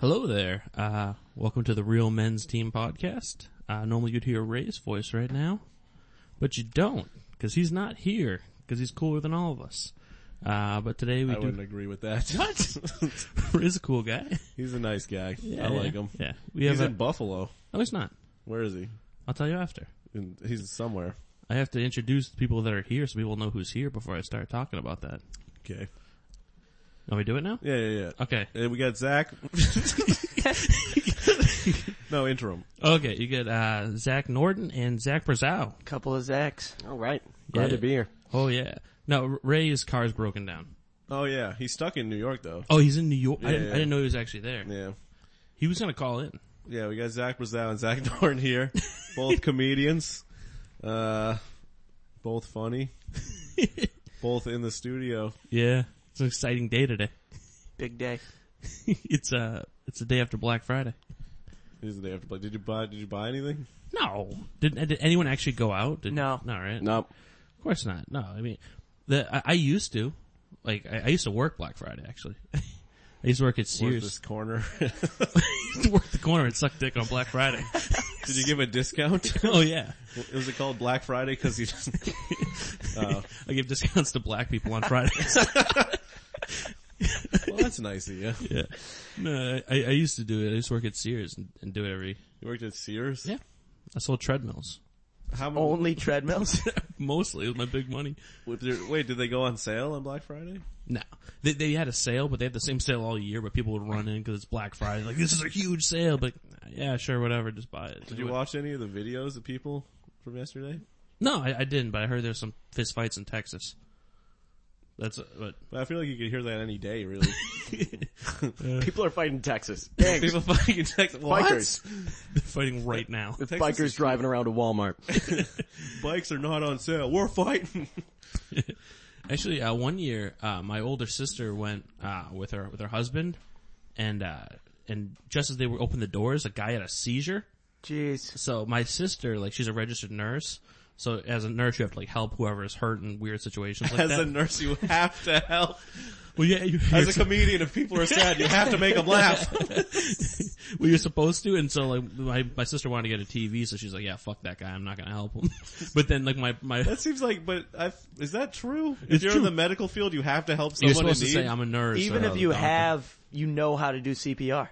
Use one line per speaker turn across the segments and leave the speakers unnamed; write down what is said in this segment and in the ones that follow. Hello there. Uh, welcome to the Real Men's Team podcast. Uh, normally you'd hear Ray's voice right now, but you don't because he's not here because he's cooler than all of us. Uh, but today we
I
do.
wouldn't agree with that.
What? Ray's a cool guy.
he's a nice guy.
Yeah,
I like
yeah,
him.
Yeah, we have.
He's
a-
in Buffalo.
no, he's not.
Where is he?
I'll tell you after.
In, he's somewhere.
I have to introduce the people that are here so people know who's here before I start talking about that.
Okay.
Are we do it now?
Yeah, yeah, yeah.
Okay.
And we got Zach. no, interim.
Okay. You get uh, Zach Norton and Zach Brazow.
Couple of Zacks. All right. Glad
Yeah.
to be here.
Oh yeah. No, Ray's car's broken down.
Oh yeah, he's stuck in New York though.
Oh, he's in New York. I,
Yeah,
didn't,
yeah.
I didn't know he was actually there.
Yeah.
He was gonna call in.
Yeah, we got Zach Brazow and Zach Dorn here. Both comedians. Uh, both funny. both in the studio.
Yeah, it's an exciting day today.
Big day.
it's uh, it's the day after Black Friday.
Here's the day after play. Did you buy, did you buy anything?
No, did did anyone actually go out? Did,
No.
no, right?
Nope.
Of course not. No, I mean, the I, I used to, like, I, I used to work Black Friday actually. I used to work at
Where's
Sears.
this corner?
I used to work the corner and suck dick on Black Friday.
did you give a discount?
oh yeah,
Was it called Black Friday? Because he just oh,
I give discounts to black people on Fridays.
well, that's nice of you.
yeah, no, I, I used to do it. I used to work at Sears and, and do it every.
You worked at Sears.
Yeah, I sold treadmills.
How many?
Only treadmills.
Mostly, it was my big money.
was there- wait, did they go on sale on Black Friday?
No, they they had a sale, but they had the same sale all year. But people would run in because it's Black Friday. Like this is a huge sale, but yeah, sure, whatever, just buy it.
Did you watch any of the videos of people from yesterday?
No, I, I didn't. But I heard there's some fist fights in Texas. That's uh, but
But I feel like you could hear that any day, really.
People are fighting in Texas. Dang.
people fucking text
Bikers.
they're fighting right now.
With
Texas
bikers driving around to Walmart.
Bikes are not on sale. We're fighting.
Actually, uh, one year, uh, my older sister went uh, with her with her husband, and uh, and just as they were opened the doors, a guy had a seizure.
Jeez.
So my sister, like, she's a registered nurse. So as a nurse, you have to like help whoever is hurt in weird situations like
As
that.
a nurse, you have to help.
well, yeah, you,
As a comedian, if people are sad, you have to make them laugh.
well, you're supposed to. And so like my, my sister wanted to get a TV, so she's like, yeah, fuck that guy. I'm not going to help him. but then like my, my,
That seems like, but I've, is that true? If
It's
you're in
true.
the medical field, you have to help someone
you're
in
supposed to
need.
say I'm a nurse.
Even
or
if
a
you
uh, doctor.
have, you know how to do CPR.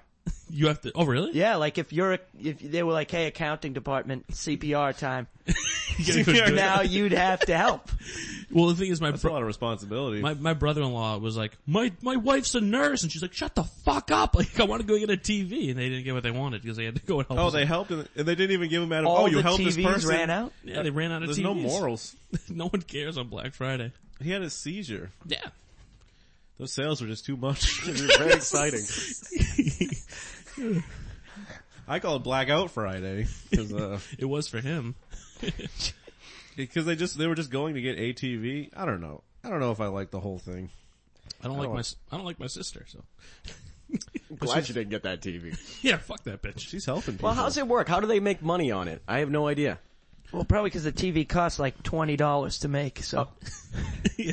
you have to, oh really?
Yeah, like if you're, a, if they were like, hey, accounting department, CPR time.
You gotta go do
now
it.
you'd have to help.
Well, the thing is my,
That's a
bro-
lot of responsibility.
my, my brother-in-law was like, my, my wife's a nurse. And she's like, shut the fuck up. Like I want to go get a TV. And they didn't get what they wanted because they had to go and help.
oh,
us.
they helped, and and they didn't even give him out of.
All
oh, you
the
helped
TVs
this person.
ran out.
yeah, they ran out of
There's
TVs.
no morals.
no one cares on Black Friday.
He had a seizure.
Yeah.
Those sales were just too much.
Very exciting.
I call it Blackout Friday because
It was for him.
they just they were just going to get ATV. I don't know. I don't know if I like the whole thing.
I don't like
Oh.
my, s- I don't like my sister. So
Glad you didn't get that TV.
yeah, fuck that bitch.
She's helping people.
Well, how's it work? How do they make money on it? I have no idea.
Well, probably because the TV costs like $20 to make, so.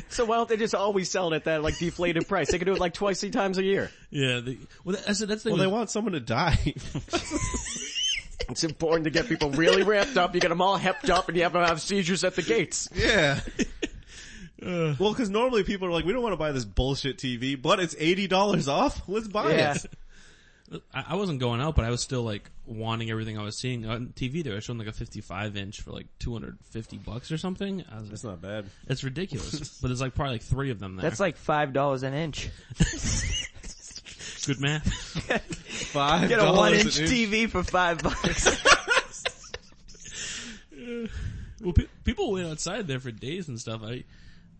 So why don't they just always sell it at that like deflated price? They could do it like twice, three times a year.
Yeah. The, well, that's, that's the thing.
well, they
with-
want someone to die.
It's important to get people really ramped up. You get them all hepped up, and you have them have seizures at the gates.
yeah. Uh, well, because normally people are like, we don't want to buy this bullshit TV, but it's eighty dollars off. Let's buy
Yeah.
it.
I, I wasn't going out, but I was still like wanting everything I was seeing on TV. They were showing like a 55 inch for like 250 bucks or something. I was like,
That's not bad.
it's ridiculous. but there's like probably like three of them there.
That's like $5 an inch.
good math.
Five
Get a
dollars
one
an
inch TV for five bucks.
well, pe- people wait outside there for days and stuff. I,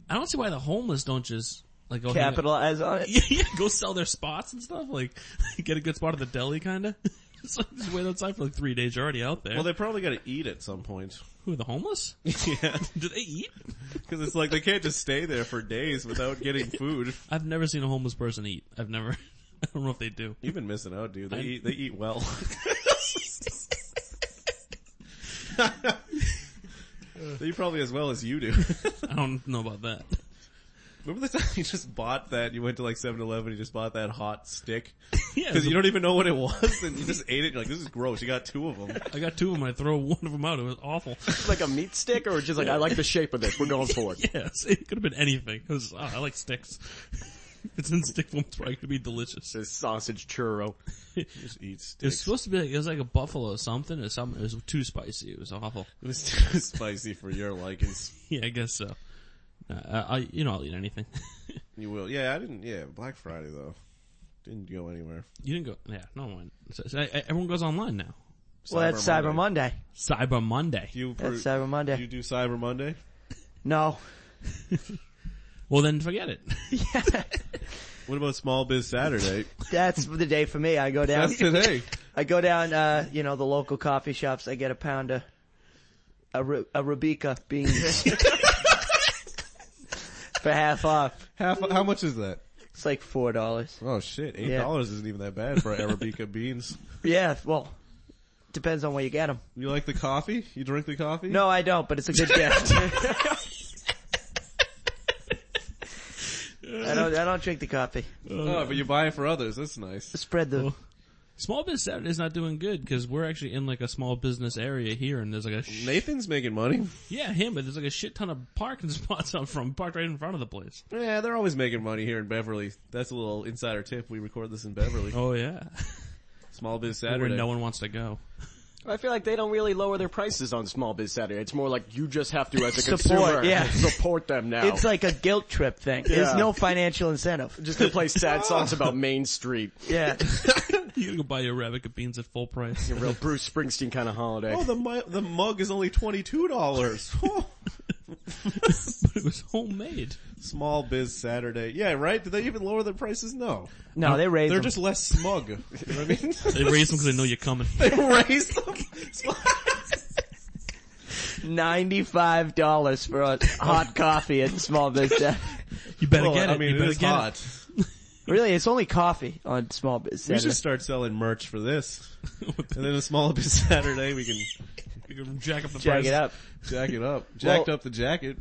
I don't see why the homeless don't just like go hang out-
Capitalize on it.
yeah, yeah, go sell their spots and stuff. Like, get a good spot at the deli, kind of. It's like just wait outside for like three days. You're already out there.
Well, they probably got to eat at some point.
Who the homeless?
yeah.
Do they eat?
Because it's like they can't just stay there for days without getting food.
I've never seen a homeless person eat. I've never. I don't know if they do.
You've been missing out, dude. They eat. They eat well. they eat probably as well as you do.
I don't know about that.
Remember the time you just bought that? You went to like 7-Eleven. You just bought that hot stick.
Yeah,
Because you don't even know what it was, and you just ate it. You're like, this is gross. You got two of them.
I got two of them. I throw one of them out. It was awful.
like a meat stick or just like, I like the shape of this. We're going for it.
yes, it could have been anything. It was. Oh, I like sticks. If it's in stick form. It's probably gonna be delicious.
This sausage churro.
Just eat
It was
sticks.
supposed to be like it was like a buffalo something or something. It was too spicy. It was awful.
It was too spicy for your likings.
Yeah, I guess so. Uh, I, I- you know, I'll eat anything.
You will. Yeah, I didn't. Yeah, Black Friday though, didn't go anywhere.
you didn't go. Yeah, no one. So, so, I- I- everyone goes online now.
Well, that's Cyber Monday.
Cyber Monday.
Do you,
That's
per-
Cyber Monday.
do you do Cyber Monday?
No.
Well, then forget it.
What about Small Biz Saturday?
That's the day for me. I go down,
That's today.
I go down, uh, you know, the local coffee shops. I get a pound of Ara- Arabica beans for half off.
Half. How much is that?
It's like four dollars.
Oh shit! Eight
Yeah.
dollars isn't even that bad for Arabica beans.
Yeah, well, depends on where you get them.
You like the coffee? You drink the coffee?
No, I don't, but it's a good gift. I don't, I don't drink the coffee.
Oh, but you buy it for others. That's nice.
Spread the,
Small Biz Saturday is not doing good because we're actually in like a small business area here, and there's like a sh-
Nathan's making money.
yeah him, but there's like a shit ton of parking spots out from parked right in front of the place.
Yeah, they're always making money here in Beverly. That's a little insider tip. We record this in Beverly.
Oh yeah,
Small Biz
where
Saturday.
no one wants to go.
I feel like they don't really lower their prices on Small Biz Saturday. It's more like you just have to, as a
Support,
consumer,
yeah.
support them now.
it's like a guilt trip thing. There's
Yeah.
no financial incentive.
just to play sad songs about Main Street.
Yeah.
You can go buy your rabbit beans at full price.
A real Bruce Springsteen kind of holiday.
oh, the mu- the mug is only twenty two dollars. Oh.
but it was homemade.
Small Biz Saturday. Yeah, right? Did they even lower their prices? No.
No, they raise
They're
them.
just less smug. You know what I mean?
They raised them because they know you're coming.
they raise them.
ninety-five dollars for a hot coffee at Small Biz Saturday.
You better
Well,
get it.
I mean,
you
it
better
is
get
hot.
it.
Really, it's only coffee on Small Biz
We
Saturday.
should start selling merch for this. and then a Small Biz Saturday, we can
You can jack up the
Jack
price.
it up.
jack it up. Jacked
Well-
up the jacket.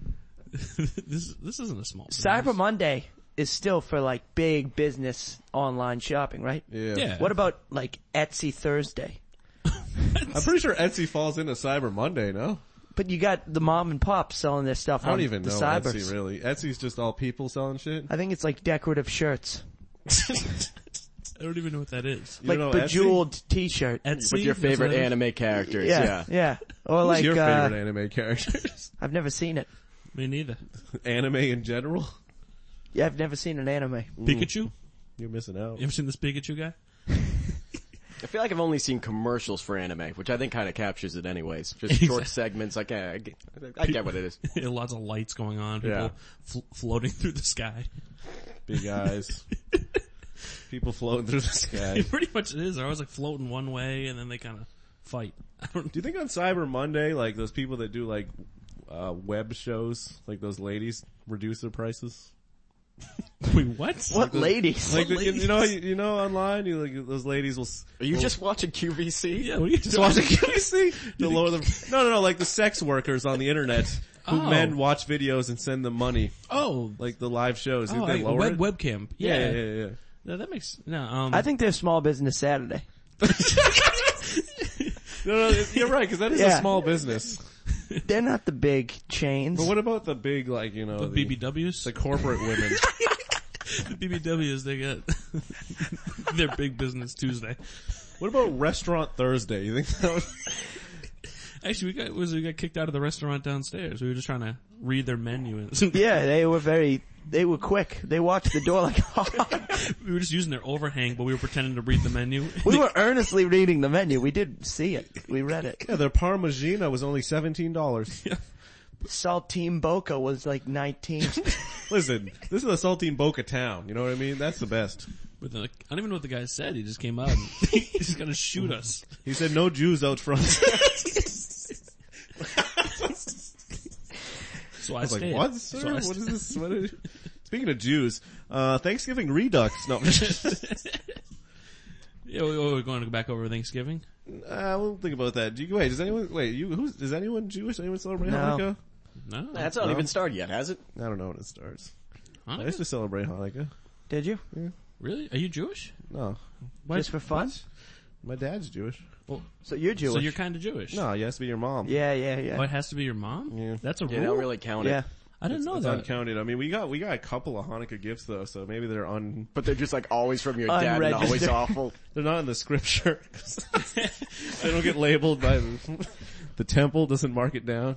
this this isn't a small. Business.
Cyber Monday is still for like big business online shopping, right?
Yeah.
Yeah.
What about like Etsy Thursday?
I'm pretty sure Etsy falls into Cyber Monday, no?
But you got the mom and pop selling their stuff
I don't
on
even
Um, the
know
cybers.
Etsy really. Etsy's just all people selling shit.
I think it's like decorative shirts,
I don't even know what that is.
You
like
know Etsy?
bejeweled t-shirt.
Etsy.
with your
That's what
favorite
that is?
anime characters.
yeah,
Yeah.
yeah, Or
Who's
like,
your
uh,
favorite anime characters?
I've never seen it.
Me neither.
anime in general?
Yeah, I've never seen an anime.
Pikachu. You
You're missing out.
ever seen this Pikachu guy?
I feel like I've only seen commercials for anime, which I think kind of captures it anyways. Just short segments. Like, eh, I get, I get what it is.
Lots of lights going on. People
Yeah.
fl- floating through the sky.
Big eyes. people floating through the sky.
It pretty much is. They're always like floating one way and then they kind of fight. I don't.
Do you think on Cyber Monday, like those people that do like uh, web shows, like those ladies, reduce their prices?
Wait, what?
What ladies?
Like
What
the- you
ladies?
know, you, you know, online, you like those ladies will s-
Are you just watching QVC?
Yeah, what are you
just watch the QVC. The lower the no, no, no, like the sex workers on the internet who
Oh.
men watch videos and send them money,
Oh,
like the live shows. You
oh
think they
like
lower
web,
it?
webcam. Yeah.
yeah, yeah, yeah, yeah.
No, that makes no. Um,
I think they're Small Business Saturday.
No, no, it- you're right because that is a
Yeah.
small business.
They're not the big chains.
But what about the big, like you know,
the
the,
BBWs.
the corporate women?
The BBWs they get. They're big business Tuesday.
what about Restaurant Thursday? You think that would?
Actually, we got was we got kicked out of the restaurant downstairs. We were just trying to read their menu. And
Yeah, they were very, they were quick. They watched the door like a hawk.
we were just using their overhang, but we were pretending to read the menu.
We were earnestly reading the menu. We did see it. We read it.
Yeah, their Parmigiana was only seventeen dollars.
Saltine Boca was like 19.
Listen, this is a saltine Boca town. You know what I mean? That's the best.
But then, like, I don't even know what the guy said. He just came out. And he's gonna shoot us.
He said no Jews out front.
So I,
I was
stayed.
like, what,
So
sir?
I
What
stayed.
is this? What is... Speaking of Jews, uh, Thanksgiving Redux. No, uh,
Yeah, we, we were going to go back over Thanksgiving.
Uh, we'll think about that. Do you, wait, does anyone? Wait, you? Who's? Is anyone Jewish? Anyone celebrate
No.
Hanukkah?
No,
That's not
No.
even started yet, has it?
I don't know when it starts.
Huh?
I used to celebrate Hanukkah.
Did you?
Really? Are you Jewish?
No,
Why-
Just for fun?
my dad's Jewish.
Well,
So you're Jewish.
so you're kind of Jewish.
No, you has to be your mom.
yeah, yeah, yeah.
Oh, it has to be your mom.
Yeah.
That's a
Yeah,
rule.
they don't really count
yeah.
it.
I didn't know
it's
that.
uncounted. I mean, we got we got a couple of Hanukkah gifts though, so maybe they're on.
But they're just like always from your dad and always
Unregistered.
awful.
They're not in the scripture. 'cause they don't get labeled by the, the temple. Doesn't mark it down.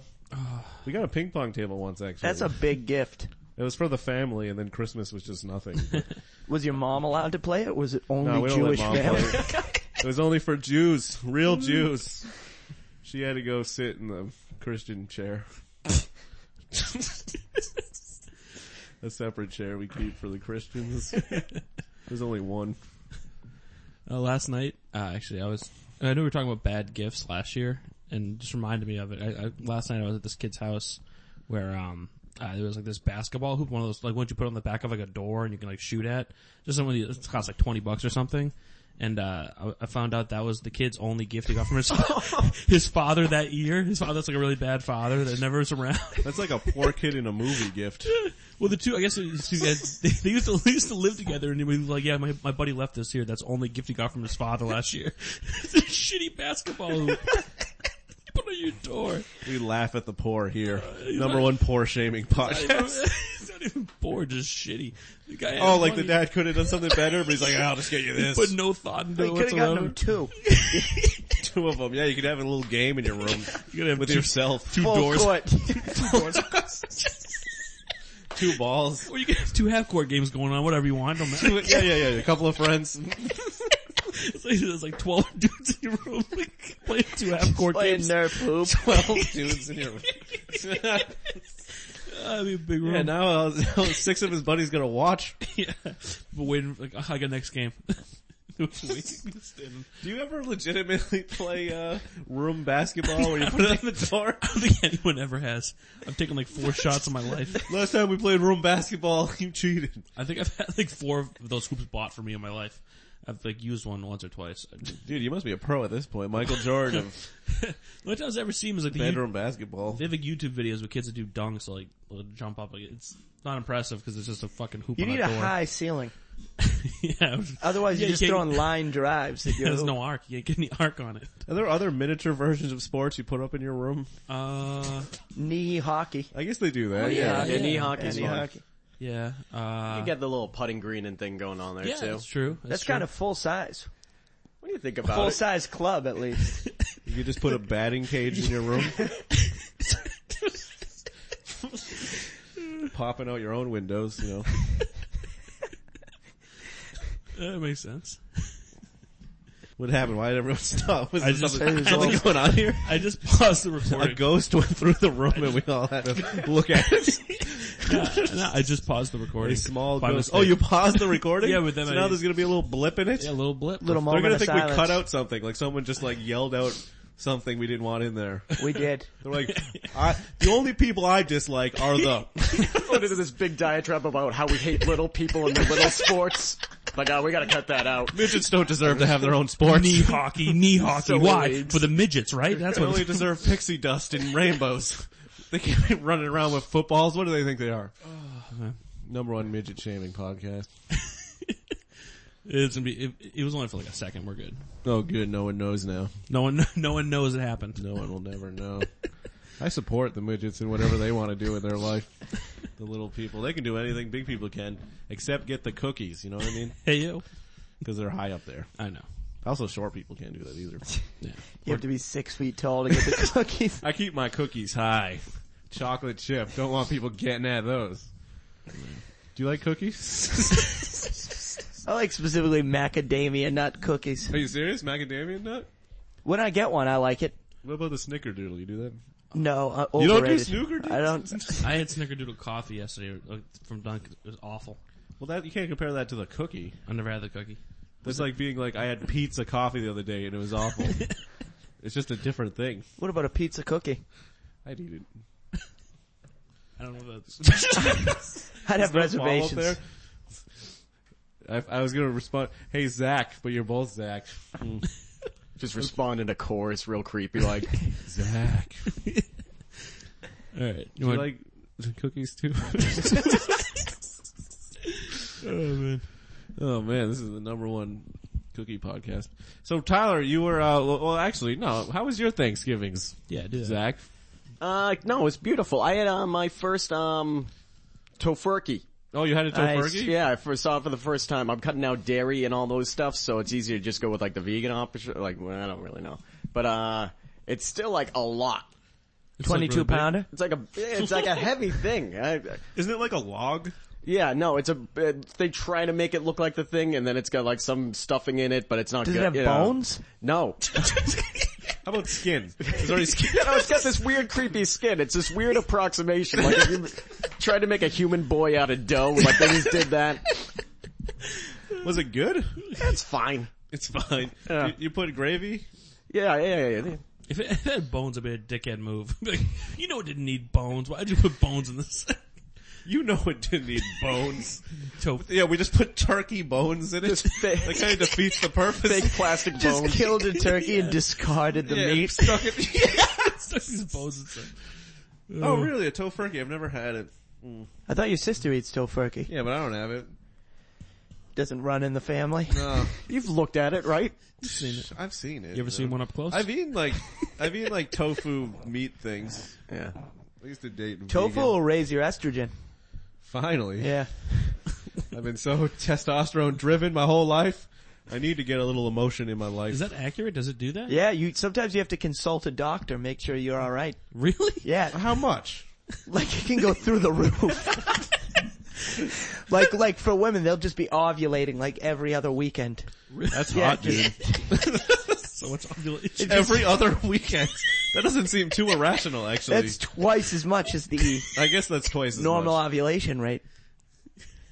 We got a ping pong table once actually.
That's a big gift.
It was for the family, and then Christmas was just nothing. But
Was your mom allowed to play it? Was it only
no, we don't let
Jewish
mom
family?
play. It was only for Jews, real
Mm.
Jews. She had to go sit in the Christian chair. a separate chair we keep for the Christians. There's only one.
Uh, last night, uh, actually, I was. I know we were talking about bad gifts last year, and it just reminded me of it. I, I, last night, I was at this kid's house where um uh, there was like this basketball hoop, one of those like ones you put on the back of like a door and you can like shoot at. Just someone it costs like twenty bucks or something. And uh I, I found out that was the kid's only gift he got from his his father that year. His father's like a really bad father that never was around.
That's like a poor kid in a movie gift.
Well, the two, I guess, the two guys, they, they used to they used to live together, and he was like, "Yeah, my, my buddy left us here. That's the only gift he got from his father last year. It's a shitty basketball hoop. You put on your door.
We laugh at the poor here.
Uh,
Number one poor shaming podcast.
It's not even bored, just shitty. The guy had
Oh, like the
money,
dad could have done something better, but he's like, I'll just get you this.
put no thought into it
You could have gotten
whatsoever.
them two.
two of them. Yeah, you could have a little game in your room
You're gonna have
with
two,
yourself. Two
Full court.
two balls.
or you could have two half court games going on, whatever you want. Don't matter.
yeah, yeah, yeah. A couple of friends.
It's like, there's like twelve dudes in your room like, playing two half court
Playing
games.
Nerf hoop.
Twelve dudes in your room.
That'd Ah, be a big room.
yeah, now uh, six of his buddies gonna watch.
Yeah. But waiting, like, I got next game. Standing.
Do you ever legitimately play uh room basketball where you put it on the door?
I don't think anyone ever has. I've taken like four shots in my life.
Last time we played room basketball, you cheated.
I think I've had like four of those hoops bought for me in my life. I've like used one once or twice. The
Dude, you must be a pro at this point. Michael Jordan of
only times I've ever seen is like the you-
bedroom basketball.
they have like YouTube videos with kids that do dunks like they'll jump up. Like, it's not impressive because it's just a fucking hoop.
You
on
need
a
a
door.
high ceiling.
yeah,
Otherwise
Yeah,
you're just
you can't-
throwing line drives at your
there's
hoop.
no arc. You can't get any arc on it.
Are there other miniature versions of sports you put up in your room?
Uh,
knee hockey.
I guess they do that.
yeah.
Yeah, yeah. knee hockey's
Knee
fun.
hockey.
yeah. Uh,
You get the little putting green and thing going on there
yeah,
too.
that's true.
That's
true.
kind of full size.
What do you think about
Full
it?
size club at least.
You could just put a batting cage in your room. Popping out your own windows, you know.
that makes sense.
What happened? Why did everyone stop? Was
I
there
just-
something, something going on here?
I just paused the
A
recording.
ghost went through the room and we all had to look at it.
no, I just paused the recording.
A small
By
ghost.
mistake.
Oh, you paused the recording?
Yeah, but then
so
I-
now there's gonna be a little blip in it?
Yeah, a little blip.
Little
They're
moment
gonna
of
think
silence.
we cut out something, like someone just like yelled out something we didn't want in there.
We did.
They're like, I, the only people I dislike are the,
Put into this big diatribe about how we hate little people and their little sports. Like, oh, we gotta cut that out.
midgets don't deserve to have their own sports.
knee hockey, knee hockey.
So
Why?
rigged.
For the midgets, right? That's
They
what.
only deserve pixie dust and rainbows. They can't be running around with footballs. What do they think they are?
Oh,
Number one midget shaming podcast.
It's gonna be. It, it was only for like a second. We're good.
Oh, good. No one knows now.
No one, no one knows it happened.
No one will never know. I support the midgets in whatever they want to do with their life. The little people, they can do anything big people can, except get the cookies. You know what I mean?
Hey you.
Because they're high up there.
I know.
Also, short people can't do that either.
Yeah.
You have to be six feet tall to get the cookies.
I keep my cookies high. Chocolate chip. Don't want people getting at those. Do you like cookies?
I like specifically macadamia nut cookies.
Are you serious? Macadamia nut?
When I get one, I like it.
What about the snickerdoodle? You do that?
No, uh,
You don't do
overrated.
snooker?
I don't.
I had Snickerdoodle coffee yesterday uh, from Dunkin'. It was awful.
Well, that you can't compare that to the cookie.
I never had the cookie.
That's like being like, I had pizza coffee the other day and it was awful. it's just a different thing.
What about a pizza cookie?
I'd eat it.
I don't know if that's.
I'd have
Follow up
reservations.
there. I, I was gonna respond, hey Zach, but you're both Zach.
Just respond in a chorus real creepy like,
Zach.
All right. You
You
want,
like cookies too?
oh man.
Oh man, this is the number one cookie podcast. So Tyler, you were uh, well, actually, no. How was your Thanksgivings,
Yeah, do that.
Zach?
Uh, no, it's beautiful. I had uh, my first um, tofurkey.
Oh, you had a
Nice.
tofurkey.
Yeah, I first saw it for the first time. I'm cutting out dairy and all those stuff, so it's easier to just go with like the vegan option. Like, well, I don't really know, but uh, it's still like a lot.
It's like really
22
big.
pounder?
It's like a it's like a heavy thing. I,
Isn't it like a log?
yeah, no, it's a it, they try to make it look like the thing, and then it's got like some stuffing in it, but it's not
Does
good.
it have
you know.
bones?
No.
How about skin? Is there any skin?
no, it's got this weird creepy skin. It's this weird approximation. Like if you tried to make a human boy out of dough, like they just did that.
Was it good?
That's fine.
It's fine.
Yeah.
You, you put gravy.
Yeah, yeah, yeah, yeah.
If it if it had bones, it'd be a dickhead move. Like, you know it didn't need bones. Why'd you put bones in this?
You know it didn't need bones.
So,
yeah, we just put turkey bones in it.
Just fake-
that kind of defeats the purpose.
Fake plastic
Just
bones.
killed a turkey and discarded the
yeah,
meat.
stuck it.
stuck these bones in some-
Oh, really? A tofurkey? I've never had it.
I thought your sister eats tofurkey.
Yeah, but I don't have it.
Doesn't run in the family.
No,
You've looked at it, right?
Seen it.
I've seen it.
You ever seen one up close?
I've eaten like I've eaten like tofu meat things.
Yeah.
I used to date
Tofu
vegan.
will raise your estrogen.
Finally,
Yeah.
I've been so testosterone driven my whole life. I need to get a little emotion in my life.
Is that accurate? Does it do that?
Yeah, you, sometimes you have to consult a doctor, make sure you're alright.
Really?
Yeah,
How much?
like it can go through the roof. like, like for women, they'll just be ovulating like every other weekend.
That's
Yeah,
hot, dude.
So much ovulation.
Every other weekend. That doesn't seem too irrational, actually.
That's twice as much as the
I guess that's twice as
normal
much.
ovulation rate.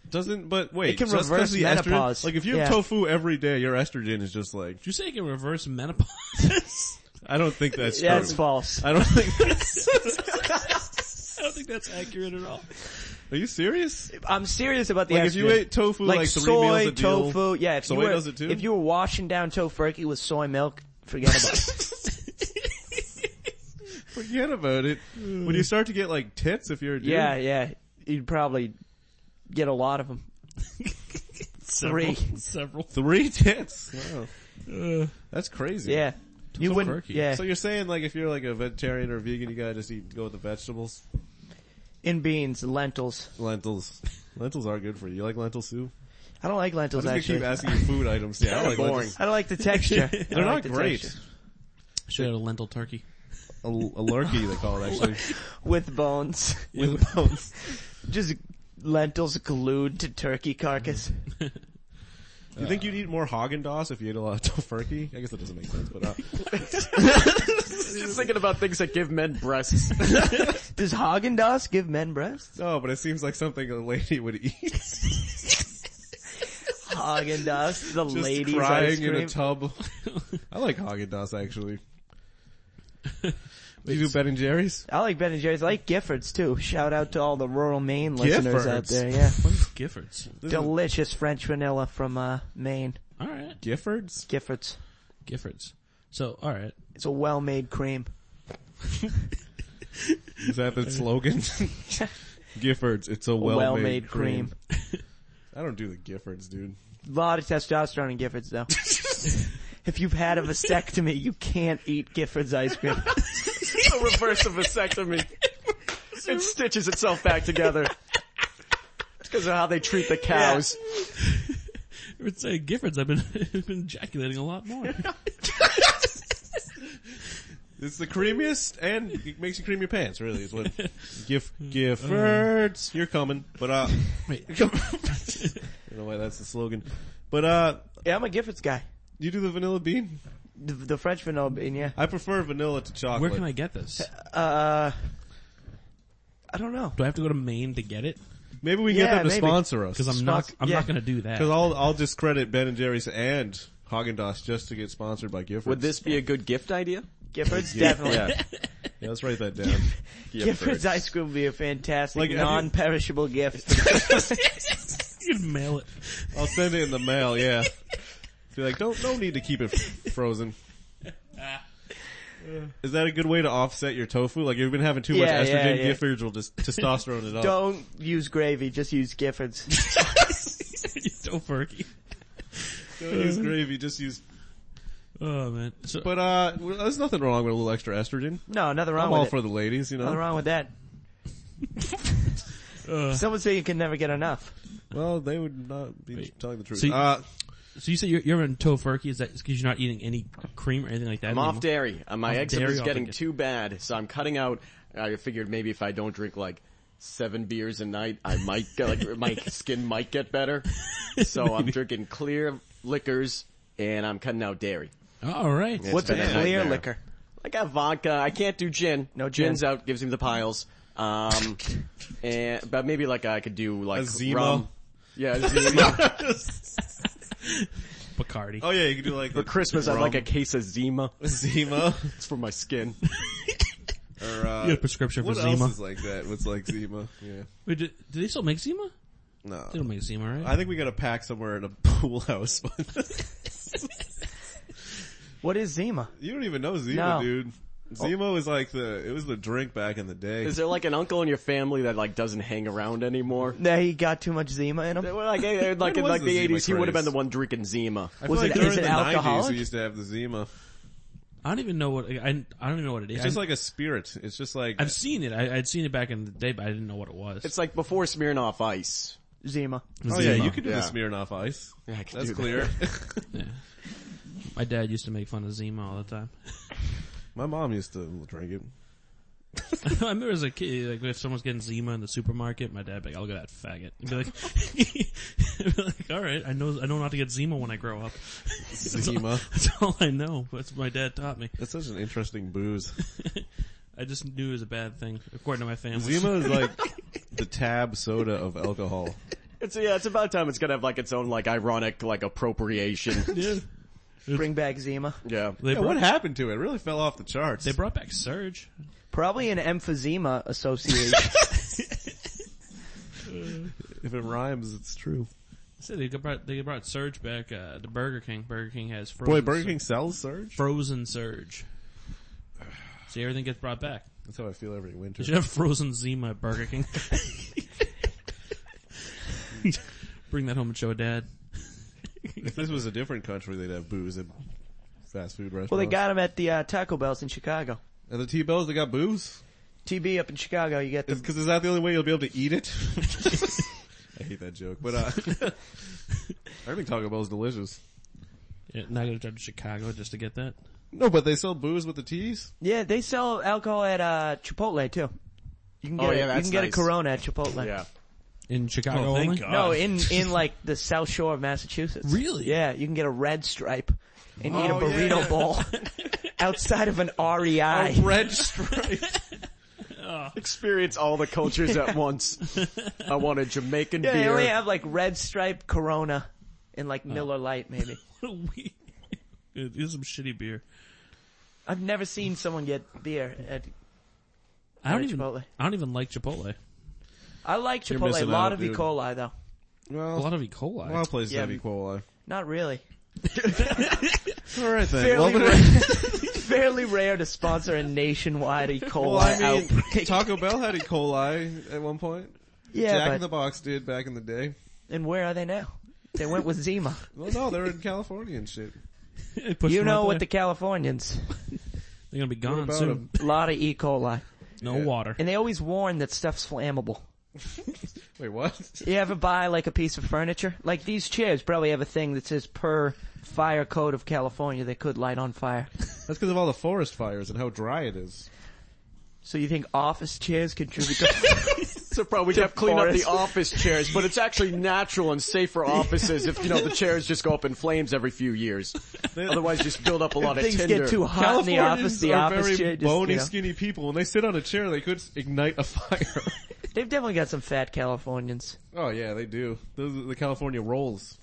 Doesn't, but wait.
It can
just 'cause
reverse
the estrogen-
menopause.
like if you have
Yeah.
tofu every day, your estrogen is just like,
Did you say it can reverse menopause?
I don't think that's
Yeah,
true.
it's false.
I don't think that's,
I don't think that's accurate at all.
are you serious?
I'm serious about the
Like
estrogen.
if you ate tofu like,
like
three
soy,
meals a deal,
tofu. Yeah, if
soy
you were
does it too?
if you were washing down tofurkey with soy milk, forget about it.
forget about it. When you start to get like tits if you're a dude?
Yeah, yeah, you'd probably get a lot of them. Three.
Several.
Three tits? Wow.
Uh,
That's crazy.
Yeah, you wouldn't.
Tofurkey.
Yeah,
So you're saying like if you're like a vegetarian or vegan, you gotta just eat, go with the vegetables?
in beans, lentils.
Lentils. Lentils are good for you. You like lentil soup?
I don't like lentils
I'm just
actually.
gonna keep asking you food items. Yeah, I
Kinda
like
boring.
lentils.
I don't like the texture. I
They're
don't
not
like the
great.
texture.
should have had a lentil turkey.
A, a lurkey, they call it actually.
with bones,
With
oh,
bones.
just lentils glued to turkey carcass.
You think you'd eat more Haagen Dazs if you ate a lot of tofurkey? I guess that doesn't make sense, but uh,
Just thinking about things that give men breasts.
Does Haagen Dazs give men breasts?
no. But it seems like something a lady would eat. Just
Haagen Dazs, the ladies ice
crying
cream.
in a tub. I like Haagen Dazs actually. you do Ben and Jerry's?
I like Ben and Jerry's. I like Giffords too. Shout out to all the rural Maine listeners out
Giffords.
there. Yeah,
What is Giffords?
This is
delicious French vanilla from uh, Maine.
Alright.
Giffords?
Giffords.
Giffords. So, alright.
It's a well-made cream.
Is that the slogan? Giffords. It's a well-made,
well-made, cream.
I don't do the Giffords, dude.
A lot of testosterone in Giffords though. if you've had a vasectomy, you can't eat Giffords ice cream.
the reverse of vasectomy. It stitches itself back together. It's because of how they treat the cows.
I would say Giffords, I've been, I've been ejaculating a lot more.
It's the creamiest and it makes you cream your pants, really. Is what Gif Giffords.
Uh-huh.
You're coming. But uh
Wait.
I don't know why that's the slogan. But uh
yeah, I'm a Giffords guy.
you do the vanilla bean?
The, the French vanilla bean. Yeah.
I prefer vanilla to chocolate.
Where can I get this?
Uh, I don't know.
Do I have to go to Maine to get it?
Maybe we can
Yeah,
get them to
maybe.
sponsor us.
Cause I'm not,
Fuck,
I'm
yeah.
not gonna do that.
Cause I'll, I'll discredit Ben and Jerry's and Haagen Dazs just to get sponsored by Giffords.
Would this be a good gift idea?
Giffords
Yeah.
definitely.
Yeah.
Yeah, let's write that down.
Giffords ice cream would be a fantastic
Like, have you-
non-perishable gift.
you can mail it.
I'll send it in the mail. Yeah. Be like, don't, no need to keep it f- frozen. Is that a good way to offset your tofu? Like, you've been having too
Yeah,
much
yeah,
estrogen,
yeah.
Giffords will just testosterone it up.
Don't use gravy, just use Giffords.
Tofurkey.
Don't use gravy, just use.
Oh man. So,
But uh, well, there's nothing wrong with a little extra estrogen.
No, nothing wrong
I'm
with
all
it.
for the ladies, you know.
nothing wrong with that.
uh,
Some would say you can never get enough.
Well, they would not be telling the truth.
So you-
uh,
so you say you're, you're in tofurkey? Is that because you're not eating any cream or anything like that?
I'm off
anymore?
dairy. Uh, my
Mm-hmm. Off
eczema
dairy
is getting
altogether.
too bad, so I'm cutting out. I figured maybe if I don't drink like seven beers a night, I might get like my skin might get better. So I'm drinking clear liquors and I'm cutting out dairy.
All right.
It's
What's a
been
clear
nightmare.
liquor?
I got vodka. I can't do gin.
No
gin's
gin.
out. Gives me the piles. Um, and but maybe like I could do like
A Zima.
rum. Yeah, a Zima.
Bacardi.
oh yeah, you could do like
for Christmas I'd like a case of Zima.
Zima.
It's for my skin.
Or, uh,
You had a prescription for
what
Zima.
else is like that? What's like Zima? Yeah.
Wait, do, do they still make Zima? They
No.
don't make Zima, right?
I think we got a pack somewhere at a pool house.
What is Zima?
you don't even know Zima,
No.
dude. Zima was like the, it was the drink back in the day.
Is there like an uncle in your family that like doesn't hang around anymore?
That he got too much Zima in him?
Well, like, eh, eh, like in
was
like
the
the
Zima
eighties, he would have
craze?
been the one drinking Zima.
I feel
was
like
it-
during
is it
the 90s
alcoholic?
we used to have the Zima.
I don't even know what, I, I don't even know what it is.
It's just like a spirit. It's just like,
I've seen it. I, I'd seen it back in the day, but I didn't know what it was.
It's like before Smirnoff Ice.
Zima.
oh yeah,
Zima.
you could do
Yeah.
the Smirnoff Ice.
Yeah, I could
That's
do that.
clear.
My dad used to make fun of Zima all the time.
My mom used to drink it.
I remember as a kid, like if someone's getting Zima in the supermarket, my dad'd be like, "I'll get that faggot." He'd be like, I'd be like, "All right, I know, I know not to get Zima when I grow up." That's all-
Zima.
That's all I know. That's what my dad taught me.
That's such an interesting booze.
I just knew it was a bad thing, according to my family.
Zima is like the tab soda of alcohol.
It's yeah, it's about time it's gonna have like its own like ironic like appropriation.
Yeah.
Bring back Zima.
yeah.
They,
Yeah,
brought,
what happened to it? It really fell off the charts.
they brought back Surge.
Probably an emphysema association.
if it rhymes, it's true.
I said they brought they brought Surge back uh, to Burger King. Burger King has frozen
Boy, Burger King sells Surge.
frozen Surge. See, everything gets brought back.
That's how I feel every winter.
You should have frozen Zima at Burger King. Bring that home and show dad.
If this was a different country, they'd have booze at fast food restaurants.
well, they got him at the uh, Taco Bells in Chicago.
and the T Bells. They got booze.
TB up in Chicago, you get the
Because is that the only way you'll be able to eat it? I hate that joke, but uh, I think Taco Bell's delicious.
Yeah, not gonna drive to Chicago just to get that.
No, but they sell booze with the T's.
yeah. They sell alcohol at uh, Chipotle too. You can
Oh,
get
yeah,
a, you
that's
can get
nice.
a Corona at Chipotle.
Yeah.
In Chicago only?
Oh.
No, in in like the South Shore of Massachusetts.
Really?
Yeah, you can get a red stripe and eat a
Oh,
burrito
yeah.
bowl outside of an E REI.
Bread stripe.
Experience all the cultures at once. I want a Jamaican
yeah, they
beer.
only have like red stripe Corona and like
Oh.
Miller Lite maybe.
What a weird- Here's some shitty beer.
I've never seen someone get beer at.
I don't
Yeah,
even.
Chipotle.
I don't even like Chipotle.
I like
You're
Chipotle. A
missing
lot
out,
of E.
dude.
coli though.
A
Well,
lot of E. coli.
a lot of places
Yeah,
have
but-
E. coli.
Not really.
All right, then.
Fairly,
Well,
rare, fairly rare to sponsor a nationwide E. coli
Well, I mean,
outbreak.
Taco Bell had E. coli at one point. Jack
yeah,
in the
but,
Box did back in the day.
and where are they now? They went with Zima.
Well, no, they're in California and shit.
They pushed
You
them
know
out
what the
there.
Californians.
They're gonna be
What
gone
about
soon.
'em?
A lot of E. coli.
No water.
And they always warn that stuff's flammable.
Wait, what?
You ever buy like a piece of furniture? Like these chairs probably have a thing that says per fire code of California they could light on fire.
That's because of all the forest fires and how dry it is.
So you think office chairs contribute to
So probably we could have cleaned up the
Forest.
office chairs, but it's actually natural and safe for offices if you know the chairs just go up in flames every few years. Otherwise, just build up a lot of
things
tinder.
get too hot in the office, the
are
office
very
chair just,
bony,
you know.
skinny people. When they sit on a chair, they could ignite a fire.
They've definitely got some fat Californians.
oh yeah, they do. Those are the California rolls.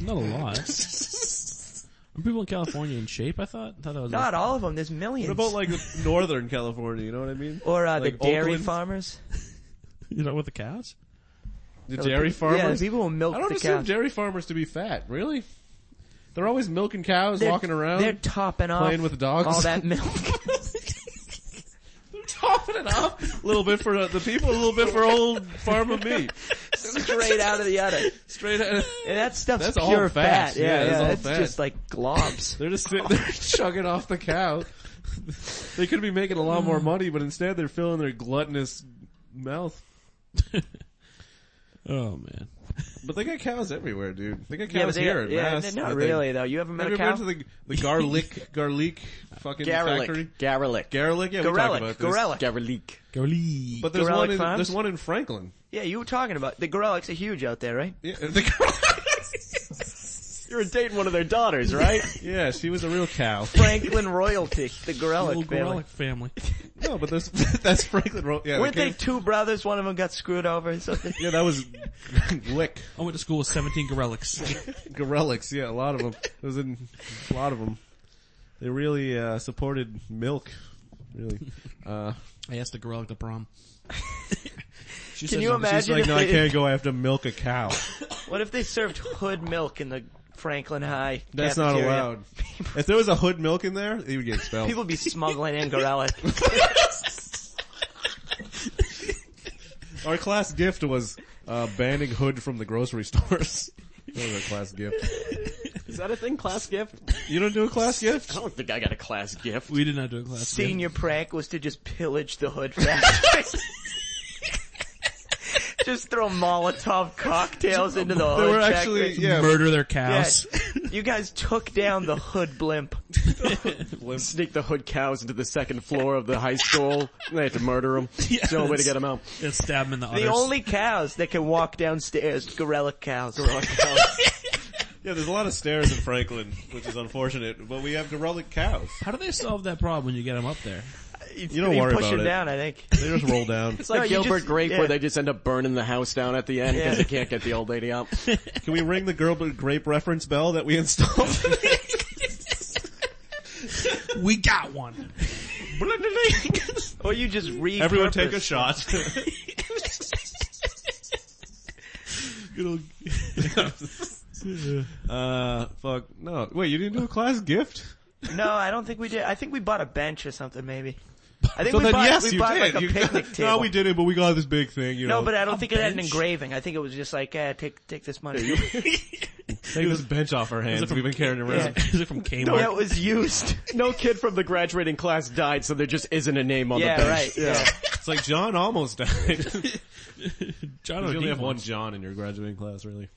Not a lot. Are people in California in shape? I thought. thought that was
Not all of them, there's millions.
What about like Northern California? You know what I mean?
or uh,
like
the dairy
Oakland?
farmers.
you know with the cows.
The dairy
uh, Yeah, the
farmers.
people who milk
I don't
the
assume
cows.
dairy farmers to be fat. Really? They're always milking cows,
They're-
walking around.
They're topping off
playing with dogs.
all that milk.
topping it up a little bit for the people, a little bit for old farmer meat.
straight out of the udder.
straight out.
And that stuff's
That's all
pure
fat.
fat. Yeah,
Yeah, that's all
it's
fat.
just like globs.
They're just sitting there chugging off the cow. They could be making a lot more money, but instead they're filling their gluttonous mouth.
Oh man.
But they got cows everywhere, dude. They got cows
yeah, but they-
here. in
yeah,
Mass,
not
I think.
really though. You haven't met
Have you
a
ever
cow?
been to the, the garlic, garlic fucking factory?
Garlic. Garlic.
Garlic? Yeah, we talk
Gorelick,
about this.
Gorelick.
Garlic.
Golly.
But there's
Garlic
one, in,
farms?
there's one in Franklin.
Yeah, you were talking about the Gorelick's are huge out there, right?
Yeah, the-
You're dating one of their daughters, right?
yeah, she was a real cow.
Franklin royalty, the
Little
Gorelick family.
Gorelick family.
No, but there's, that's Franklin. Ro- Yeah,
Weren't
okay.
they two brothers? One of them got screwed over or something.
Yeah, that was Glick.
I went to school with 17 Gorelics.
Gorelics, yeah, a lot of them. There was in, a lot of them. They really uh, supported milk. Really. Uh,
I asked a Gorelick to prom. she
Can
says
you
no.
she's
imagine
like,
if
no, I
they,
can't go. I have to milk a cow.
what if they served hood milk in the Franklin High?
That's not
cafeteria?
allowed. If there was a hood milk in there, he would get expelled.
People would be smuggling in Gorelick.
Our class gift was uh, banning hood from the grocery stores. That was our class gift.
Is that a thing? Class gift?
You don't do a class
I
gift?
don't think I got a class gift.
We did not do a class.
Senior prank was to just pillage the hood factory. just throw Molotov cocktails into the
There
hood
were actually,
factory.
yeah,
Murder their
Yeah,
cows.
you guys took down the hood blimp.
Sneak the hood cows into the second floor of the high school. and They had to murder them.
Yeah,
It's the only way to get them out.
and stab him in the,
The
udders.
only cows that can walk downstairs, gorilla cows.
yeah, there's a lot of stairs in Franklin, which is unfortunate, but we have derelict cows.
How do they solve that problem when you get them up there?
You don't worry
push
about
them
it.
down, I think.
They just roll down.
It's like
No, you
Gilbert
just-
Grape
yeah.
where they just end up burning the house down at the end because they can't get the old lady out.
Can we ring the Gerber grape reference bell that we installed?
We got one.
Or you just repurpose.
Everyone take a shot. Good old- uh, fuck, no. Wait, you didn't do a class gift?
No, I don't think we did. I think we bought a bench or something, maybe. I think
So
we
then
bought,
yes,
we
you
bought
did.
like a
You-
picnic table.
No, we did it, but we got this big thing, you know.
No, but I don't think it had an
bench?
engraving. I think it was just like, eh, take, take this money.
Take this bench off our hands.
from-
We've been carrying it around.
Is it from Kmart?
that was used.
No kid from the graduating class died, so there just isn't a name on the
Yeah,
bench.
right. Yeah.
It's like John almost died. 'Cause
John
you
O'Dean
only have one
once.
John in your graduating class, really.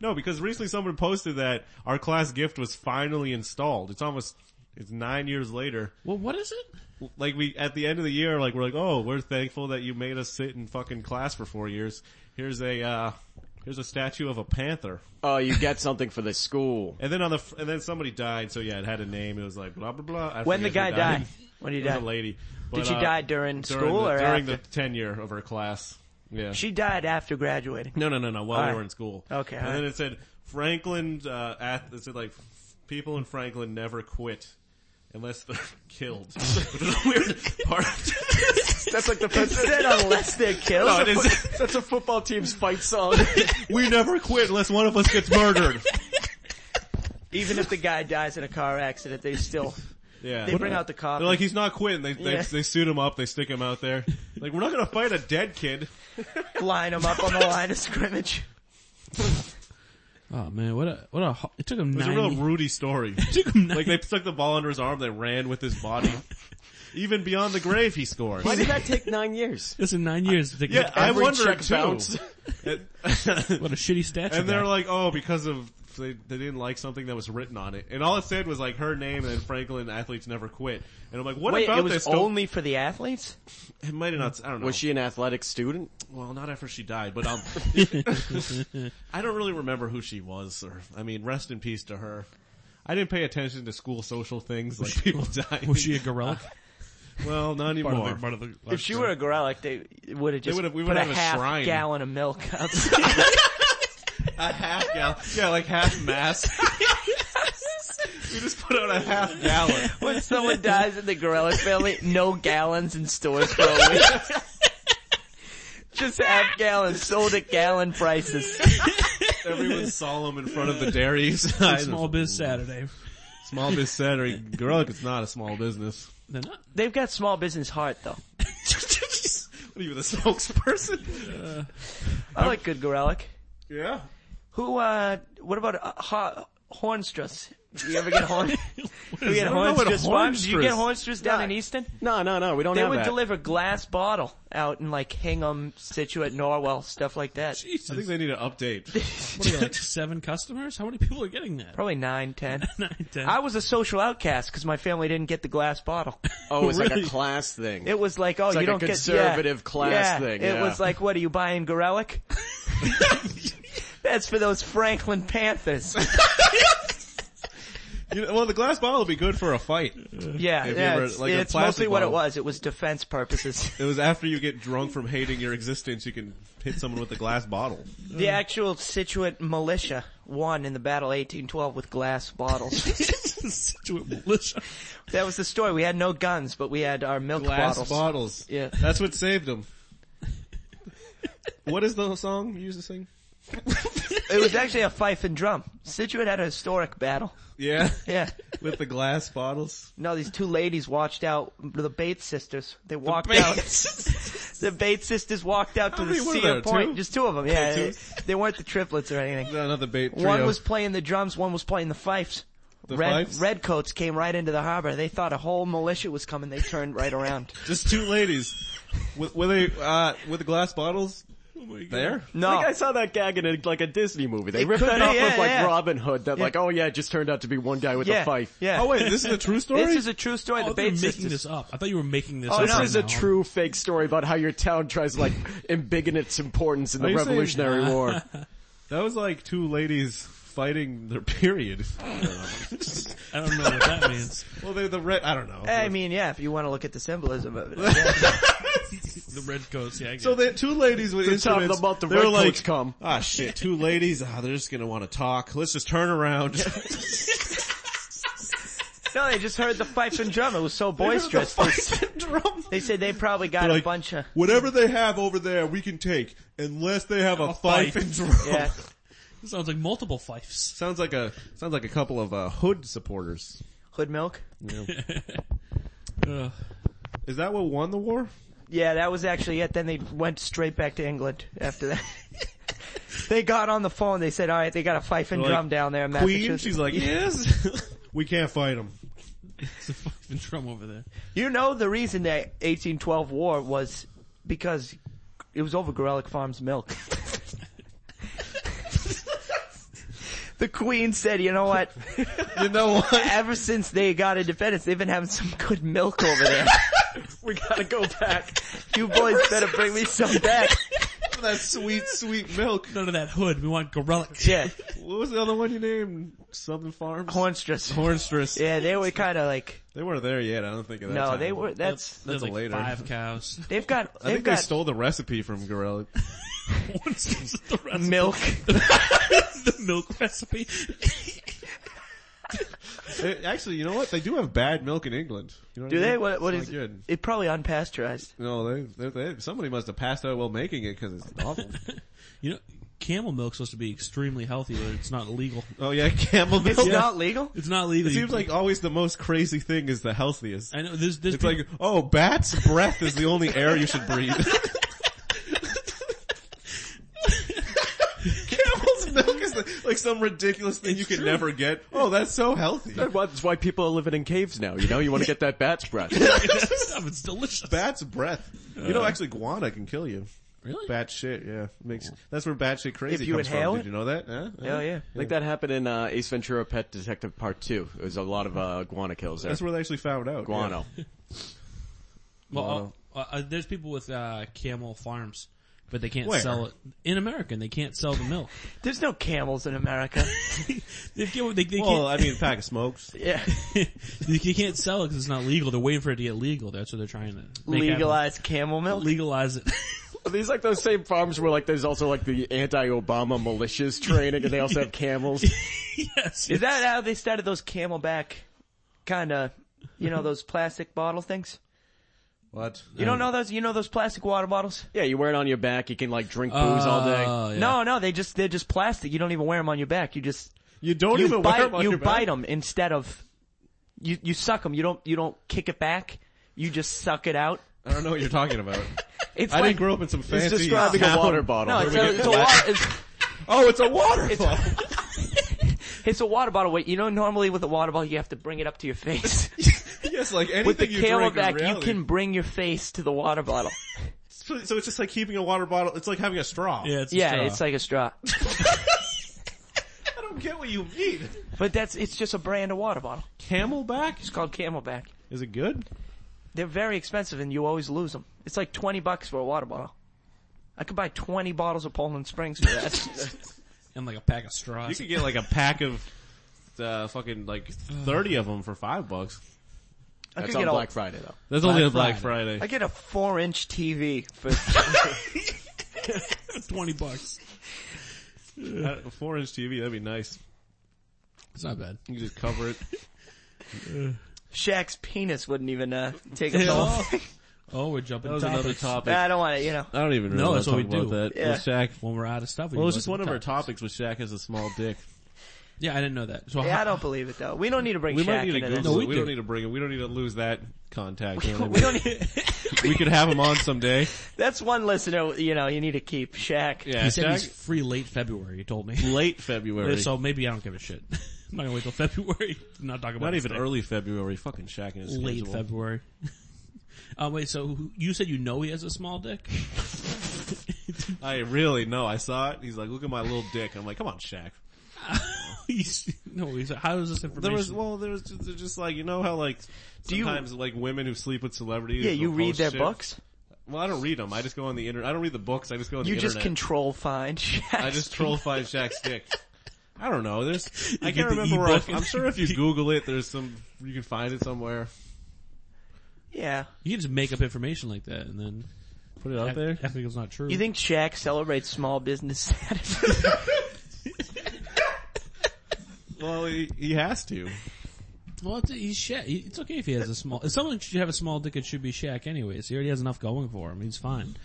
No, because recently someone posted that our class gift was finally installed. It's almost, it's nine years later.
Well, what is it?
Like we, at the end of the year, like we're like, oh, we're thankful that you made us sit in fucking class for four years. Here's a, uh, here's a statue of a panther.
Oh, you get something for the school.
And then on the, f- and then somebody died, so yeah, it had a name. It was like blah blah blah. I
When the
forget
guy
who
died. When he
It was a
died.
lady. But,
Did she
uh,
die during,
during
school
the,
or
during
after?
the tenure of her class. Yeah.
She died after graduating.
no, no, no, no. While we
Alright.
were in school.
Okay,
And then
alright.
it said Franklin. Uh, at, it said like people in Franklin never quit unless they're killed. Which is a weird part.
That's like the
It said unless they're killed.
No, it is-
that's a football team's fight song.
we never quit unless one of us gets murdered.
Even if the guy dies in a car accident, they still,
Yeah.
they bring out the coffee.
They're like he's not quitting. They they,
Yeah.
they suit him up. They stick him out there. Like we're not gonna fight a dead kid.
line them up on the line of scrimmage.
Oh man, what a what a! ho- It took him
It was
nine.
a real Rudy story.
it took him nine.
Like they stuck the ball under his arm, they ran with his body. Even beyond the grave he scored.
Why did that take nine years?
Listen, nine years. To take
Yeah, I
Every
wonder
check
too.
bounce.
It-
what a shitty statue.
and
that.
they're like, oh, because of they, they didn't like something that was written on it. And all it said was like her name and then Franklin athletes never quit. And I'm like, what
Wait,
about
it was
this?
only for the athletes?
it might have not. I don't know.
Was she an athletic student?
well, not after she died, but um, I don't really remember who she was. Or I mean, rest in peace to her. I didn't pay attention to school social things like people dying.
was she a gorilla?
well, not anymore.
If she were a Gorelick, they would have just
would've- we
put
would've
a
had a
half
shrine.
gallon of milk outside.
A half gallon. Yeah, like half mass. we just put out a half gallon.
when someone dies in the Gorelick family, no gallons in stores for a week. just half gallons sold at gallon prices.
Everyone's solemn in front of the dairy
It's
sign.
Small Biz Saturday.
Small biz Saturday. Gorelick is not a small business.
They're not.
They've got small business heart though.
what are you, the spokesperson?
Uh.
I like good Gorelick.
Yeah.
Who? uh What about uh, ho- Hornstress? Do you ever get horn? Do you get
I don't know what
Hornstress bombs? Do you get
Hornstress-
Hornstress down
No.
in Easton?
No, no, no. We don't
They
have
would
that.
deliver glass bottle out in like Hingham, Situate, Norwell, stuff like that.
Jesus.
I think they need an update.
What are you, like seven customers? How many people are getting that?
Probably nine, ten.
Nine, ten.
I was a social outcast because my family didn't get the glass bottle.
oh, it's like
Really?
a class thing.
It was like, oh, you
like a
don't get yeah,
conservative class
yeah.
thing,
It
yeah.
was like, what are you buying, Gorelick? That's for those Franklin Panthers.
You know, well, the glass bottle would be good for a fight.
Yeah,
If you
yeah.
ever-
it's
like a
it's mostly
plastic
what it
bottle.
was. It was defense purposes.
It was after you get drunk from hating your existence, you can hit someone with a glass bottle.
the actual Situate militia won in the battle 1812 with glass bottles.
Situate militia.
that was the story. We had no guns, but we had our milk
Glass
bottles.
bottles.
Yeah.
That's what saved them. what is the song you used to sing?
it was actually a fife and drum. Situate had a historic battle.
Yeah.
Yeah.
With the glass bottles.
No, these two ladies watched out, the Bates sisters. They walked out. the Bates sisters walked out to
How
the
many were
sea
there,
of point.
two?
Just two of them, yeah.
Okay,
They,
two.
they weren't the triplets or anything.
Another bait trio.
One was playing the drums, one was playing the fifes.
The
Red,
fifes?
redcoats came right into the harbor. They thought a whole militia was coming. They turned right around.
Just two ladies. With, were they, uh, with the glass bottles?
Oh
There?
No,
I think I saw that gag in a, like a Disney movie. They
It
ripped
could
that
be,
off
yeah,
of like
yeah.
Robin Hood. That like, oh yeah, it just turned out to be one guy with
yeah,
a fife.
yeah.
Oh wait, this is a true story?
this is a true story.
Oh,
the
they're
Bates
making
sisters.
this up. I thought you were making this
Oh,
up.
no.
right
This is a
now.
true fake story about how your town tries to like embiggen its importance in
Are
the
you saying-
Revolutionary War.
that was like two ladies fighting their period.
I don't know what that means.
well, they're the red, I don't know.
I mean, yeah. If you want to look at the symbolism of it, yeah.
The red coats, yeah. I get
So
it.
the two ladies with
The top of
instruments,
the month, the
they were
redcoats
like,
come.
ah shit, two ladies, ah, they're just gonna wanna talk, let's just turn around.
no, they just heard the fife and drum. It was so boisterous. They,
drum.
they said they probably got a bunch of
whatever they have over there, we can take, unless they have a,
fife.
fife and drum.
yeah.
It sounds like multiple fifes.
Sounds like a sounds like a couple of uh, hood supporters.
Hood milk?
Ugh.
Is that what won the war?
Yeah, that was actually it. Then they went straight back to England after that. they got on the phone. They said, all right, they got a fife and
Like,
drum down there in
Queen.
Massachusetts.
She's like, yes. we can't fight them.
It's a fucking drum over there.
you know the reason that 1812 war was because it was over Gorelick Farms milk. the Queen said, you know what?
You know what?
Ever since they got independence, they've been having some good milk over there.
we gotta go back.
You boys better bring me some back.
that sweet, sweet milk.
None of that hood. We want Gorelick.
Yeah.
What was the other one you named? Southern Farms.
Hornstress.
Hornstress.
Yeah, they were kind of like,
They weren't there yet. I don't think of that.
no,
time.
they were, that's,
There's like
later.
five cows.
They've got. They've
I think
got
they stole the recipe from Gorilla.
One's the recipe.
milk.
the milk recipe.
They- actually, you know what? They do have bad milk in England. You know
Do
I mean?
they? What? What
It's
is?
not good?
It probably unpasteurized.
No, they, they, they somebody must have passed out while making it because it's awful.
You know, camel milk's supposed to be extremely healthy, but it's not legal.
oh yeah, camel milk.
It's not legal.
It's not legal.
It seems like always the most crazy thing is the healthiest.
I know there's there's
It's like, oh, bat's breath is the only air you should breathe. Camel's milk is the, like some ridiculous thing you could never get. Oh, that's so healthy.
That's why people are living in caves now. You know, you want to get that bat's breath.
stuff. It's delicious.
Bat's breath. You know, actually, guana can kill you.
Really?
Bat shit, yeah. Makes that's where bat shit crazy
If you
comes
inhale
from.
it?
Did you know that? Huh?
Hell Oh, yeah.
I think that happened in uh, Ace Ventura: Pet Detective Part Two. There was a lot of uh, guana kills there.
That's where they actually found out.
guano.
Well, uh, uh, there's people with uh, camel farms, but they can't
Where?
sell it in America. and They can't sell the milk.
There's no camels in America.
They can't. They, they
Yeah. Well,
can't
I mean, a pack of smokes.
yeah.
you, you can't sell it because it's not legal. They're waiting for it to get legal. That's what they're trying to make happen.
Legalized camel milk.
Legalize it.
Are these like those same farms where like there's also like the anti-Obama militias training and they also have camels?
yes.
Is that how they started those camelback kind of, you know, those plastic bottle things?
What?
You don't know those? You know those plastic water bottles?
Yeah, you wear it on your back. You can like drink
Oh,
booze all
Uh,
day.
yeah.
No, no, they just they're just plastic. You don't even wear them on your back. You just
You don't
you
even
bite
wear 'em on
you
your back?
bite them instead of you you suck them. You don't you don't kick it back. You just suck it out.
I don't know what you're talking about.
It's
I
like
didn't grow up in some fancy.
He's describing a
camel-
water bottle.
No,
Here
it's
we
a, it's a
go.
lot. It's,
Oh, it's a waterfall.
It's a water bottle. Wait, you know, normally with a water bottle, you have to bring it up to your face.
yes, like anything
with the
you drink. in
Camelback, you
reality-
can bring your face to the water bottle.
So so it's just like keeping a water bottle. It's like having a straw.
Yeah, it's a
yeah,
straw.
it's like a straw.
I don't get what you mean.
But that's, it's just a brand of water bottle.
Camelback?
It's called Camelback.
Is it good?
They're very expensive and you always lose them. It's like 20 bucks for a water bottle. I could buy 20 bottles of Poland Springs for that.
and like a pack of
You
straws.
could get like a pack of uh, fucking like thirty of them for five bucks.
I could
That's
get
on
a-
Black Friday though.
That's only on Black Friday.
I get a four inch TV for,
Twenty bucks.
Uh, A four-inch TV, that'd be nice.
It's not bad.
You can just cover it.
Shaq's penis wouldn't even, uh, take up the whole thing.
Oh, we're jumping.
That was
topics.
another topic.
I don't want to, you know.
I don't even really
No,
want
that's
to
what
talk
we
about
do.
that.
Yeah.
With Shaq.
When we're out of stuff, we
Well, it was
go
just
to
one
the
of our
top.
topics was Shaq has a small dick.
Yeah, I didn't know that. So
Yeah,
how-
I don't believe it though. We don't need to bring
We
Shaq
might need to
into this.
Google
No,
it.
we
We don't
do.
need to bring it. We don't need to lose that contact. you know what I
we
mean?
don't need,
we could have him on someday.
that's one listener, you know, you need to keep. Shaq.
Yeah,
He said he's
Shaq,
free late February. He told me.
late February.
So maybe I don't give a shit. I'm not gonna wait till February. I'm not talking about
Not
this
even
thing.
early February. Fucking Shaq and his
Late
schedule.
February. uh, wait, so who- you said you know he has a small dick?
I really know. I saw it. He's like, look at my little dick. I'm like, come on, Shaq.
he's, no, he's, how is this information?
There was, well, there was just, they're just like, you know how like,
you-
sometimes like women who sleep with celebrities.
Yeah,
will
you read
post
their
shit.
books.
Well, I don't read them. I just go on the internet. I don't read the books. I just go on
You
the
just
internet.
control find Shaq.
I just troll find Shaq's dick. I don't know. There's, I
get
can't
the
remember. Where I,
e-book.
I'm sure if you Google it, there's some, you can find it somewhere.
Yeah.
you can just make up information like that and then
Put it out
act,
there.
act like it's not true.
You think Shaq celebrates small business status?
Well, he, he has to.
Well, it's, he's Shaq. He- It's okay if he has a small. If someone should have a small dick, it should be Shaq. Anyways, he already has enough going for him. He's fine.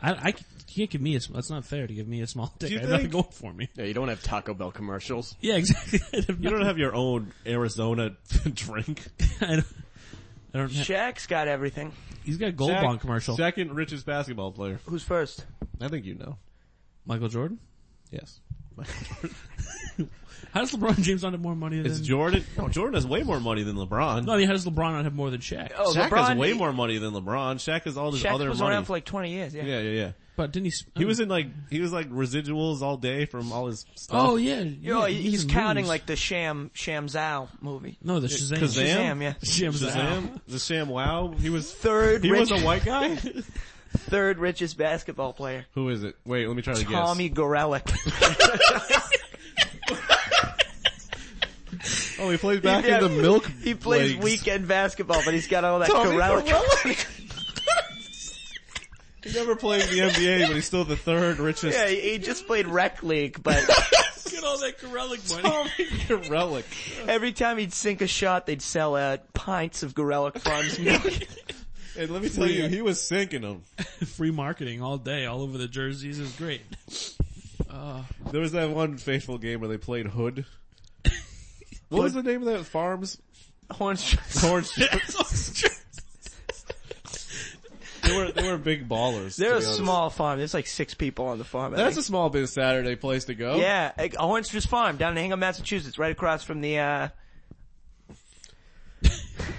I, I c- you can't give me a. sm- That's not fair to give me a small dick.
you
I have nothing
think-
going for me.
Yeah, you don't have Taco Bell commercials.
Yeah, exactly. I have
You
nothing-
don't have your own Arizona drink.
I don't. I don't ha-
Shaq's got everything.
he's got a gold
Shaq-
bond commercial.
Second richest basketball player.
Who's first?
I think you know.
Michael Jordan.
Yes.
How does LeBron James not have more money than?
Is Jordan? No, Jordan has way more money than LeBron.
no, I mean, how does LeBron not have more than Shaq?
Oh,
Shaq
LeBron.
has way
he-
more money than LeBron. Shaq has all this
Shaq
other
was
money.
around for like 20 years. Yeah.
yeah, yeah, yeah.
But didn't he? s-
He was in like he was like residuals all day from all his stuff.
Oh yeah,
You know,
yeah, he was
he's
in
counting
movies.
like the Sham Sham Zao movie.
no, the Shazam.
Kazam?
Shazam, yeah.
Shazam.
Shazam, the Sham Wow. He was
Third
he was
rich,
a white guy.
third richest basketball player.
Who is it? Wait, let me try to guess.
Tommy Gorelick.
Oh, he plays back in the
Yeah.
milk.
He plays
leagues.
weekend basketball, but he's got all that
Tommy
Gorelick.
Gorelick. He never played in the NBA, but he's still the third richest.
Yeah, he he just played rec league, but
Look at all that Gorelick money.
Relic.
every time he'd sink a shot, they'd sell out pints of Gorelick Farms milk.
And let me tell you, he was sinking them.
Free marketing all day, all over the jerseys is great.
There was that one faithful game where they played Hood. What was the name of that farms?
Horns.
Orange. they were they were big ballers. to
They're a
be honest.
small farm. There's like six people on the farm. I
That's
think.
a small biz Saturday place to go.
yeah, like, Hornstress Farm down in Hingham, Massachusetts, right across from the uh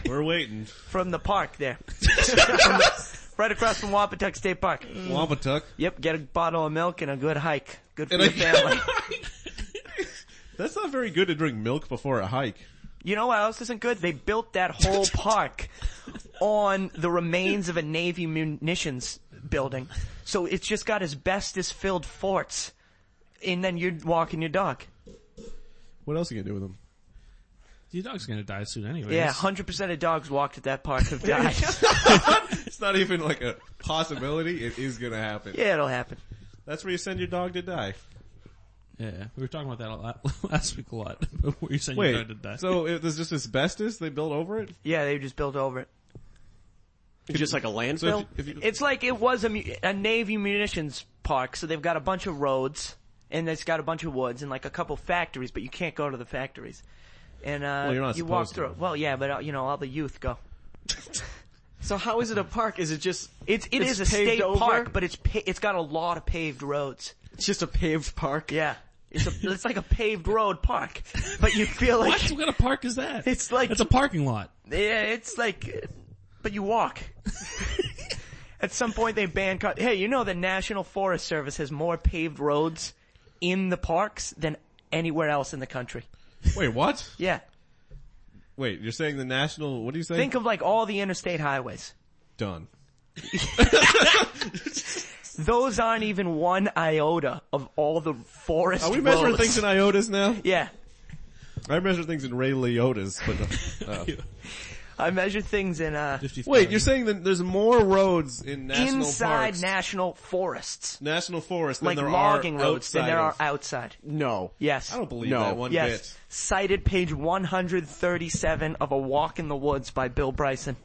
we're waiting.
from the park there. From the- right across from Wapatuck State Park.
Wampatuck.
Yep, get a bottle of milk and a good hike. Good for
And
your
a-
family.
That's not very good to drink milk before a hike.
You know what else isn't good? They built that whole park on the remains of a Navy munitions building. So it's just got asbestos filled forts. And then you're walking your dog.
What else are you gonna do with them?
Your dog's gonna die soon anyways.
Yeah, 100% of dogs walked at that park have died.
It's not even like a possibility. It is gonna happen.
yeah, it'll happen.
That's where you send your dog to die.
Yeah, we were talking about that a lot last week a lot. Were you saying
Wait,
you tried to die?
so it, there's just asbestos they built over it?
Yeah, they just built over it.
Just like a landfill.
So if you, if you,
It's like it was a, mu- a Navy munitions park, so they've got a bunch of roads, and it's got a bunch of woods, and like a couple factories, but you can't go to the factories. And, uh,
Well, you're not
you walk
supposed
through
to.
it. Well, yeah, but, uh, you know, all the youth go.
so how is it a park? Is it just
It's,
It's
it's a
paved
state
over?
park, but it's, pa- it's got a lot of paved roads.
it's just a paved park?
Yeah. It's a, it's like a paved road park, but you feel like,
What? What kind of park is that?
It's like-
it's a parking lot.
yeah, it's like, but you walk. At some point they ban car, hey, you know the National Forest Service has more paved roads in the parks than anywhere else in the country.
Wait, what?
Yeah.
Wait, you're saying the national? What do you say?
Think of like all the interstate highways.
Done.
Those aren't even one iota of all the forest
Are we measuring
roads.
things in iotas now?
yeah.
I measure things in Ray Liotas, but uh,
I measure things in, uh,
55.
wait, you're saying that there's more roads in national
inside
parks,
national forests.
national forest,
Like
than there
logging
are
roads than
outside
there are
of-
outside.
No.
Yes.
I don't believe
No.
that one
yes.
bit.
Cited page 137 of A Walk in the Woods by Bill Bryson.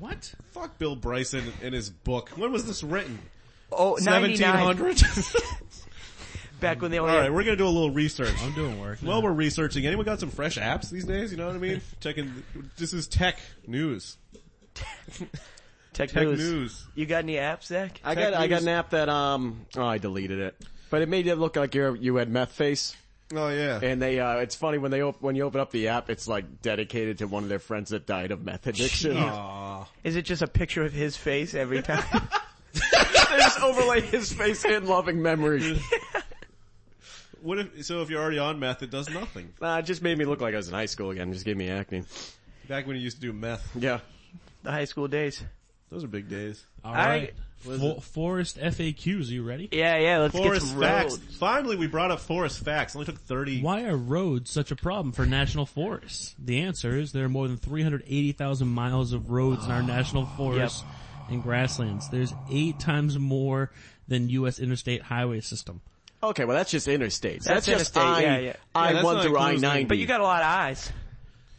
what?
Fuck Bill Bryson and his book. When was this written?
Oh, 99.
1700.
Back when they were,
All right, we're gonna do a little research.
I'm doing work. now.
While we're researching, anyone got some fresh apps these days? You know what I mean? Checking. This is tech news.
tech,
Tech
news.
news.
You got any apps, Zach?
I got
Tech
I got
news.
an app that um oh, I deleted it, but it made it look like you you had meth face.
Oh yeah.
And they uh it's funny when they op- when you open up the app, it's like dedicated to one of their friends that died of meth addiction.
Aw.
Is it just a picture of his face every time?
they just overlay his face in loving memory.
What if? So if you're already on meth, it does nothing.
Nah, it just made me look like I was in high school again. Just gave me acne.
Back when you used to do meth,
Yeah.
the high school days.
those are big days.
All
I-
right. Fo- forest FAQs. Are you ready?
Yeah, yeah, let's get
Forest
some
facts.
roads.
Finally, we brought up forest facts. Only took thirty.
Why are roads such a problem for national forests? The answer is there are more than 380,000 miles of roads in our national forests and grasslands. There's eight times more than U.S. interstate highway system.
Okay, well that's just interstates.
That's
That's, just
interstate,
I
yeah, yeah.
I
that's
one
not
through I
inclusive.
ninety.
But you got a lot of eyes.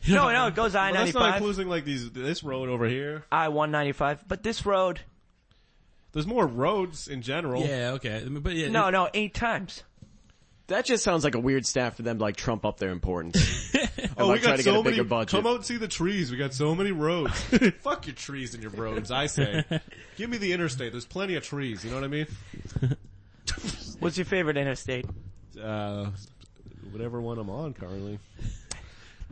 No, no, it goes
Well, that's
I-95.
not including like these. This road over here.
I-195, but this road,
There's more roads in general.
okay. I mean, But yeah,
no, no, eight times.
that just sounds like a weird stat for them to like trump up their importance. And,
Oh,
like,
we
try
got
to get
so
a bigger
many.
budget.
Come out and see the trees. We got so many roads. Fuck your trees and your roads. I say, give me the interstate. There's plenty of trees. You know what I mean?
What's your favorite interstate?
Uh, whatever one I'm on currently.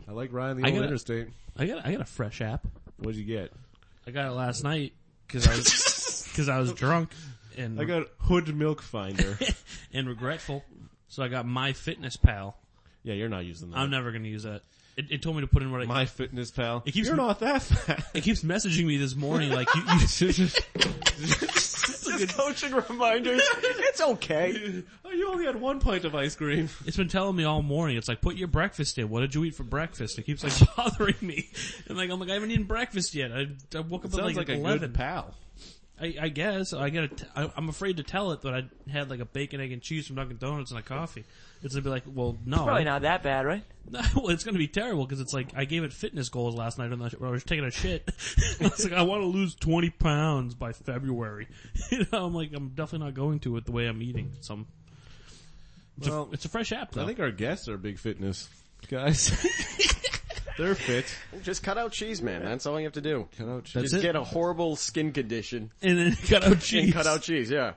I like riding the
I
old
gotta-
interstate.
I got, I got a fresh app.
What'd you get?
I got it last night because I was, cause I was drunk and,
I got Hood Milk Finder.
and regretful. So I got My Fitness Pal.
yeah, you're not using that.
I'm never going to use that. It, it told me to put in what I,
My Fitness Pal.
keeps-
you're not that fat.
it keeps messaging me this morning like you, you
coaching reminders. It's okay.
oh, you only had one pint of ice cream.
It's been telling me all morning. It's like, put your breakfast in. What did you eat for breakfast? It keeps like bothering me. And like, I'm like, I haven't eaten breakfast yet. I, I woke up at
Sounds
like,
like, a
11.
good pal.
I, I guess. I gotta, t- I, I'm afraid to tell it that I had like a bacon, egg, and cheese from Dunkin' Donuts and a coffee. It's gonna be like, well, no.
Probably not that bad, right?
well, it's gonna be terrible because it's like, I gave it fitness goals last night when I when I was taking a shit. I was like, I wanna lose 20 pounds by February. you know, I'm like, I'm definitely not going to it the way I'm eating. So I'm, it's,
Well,
a, it's a fresh app though.
I think our guests are big fitness guys. They're fit.
Just cut out cheese, man. That's all you have to do.
Cut out cheese.
That's
Just
it.
get a horrible skin condition
and then cut out cheese.
and cut out cheese. Yeah,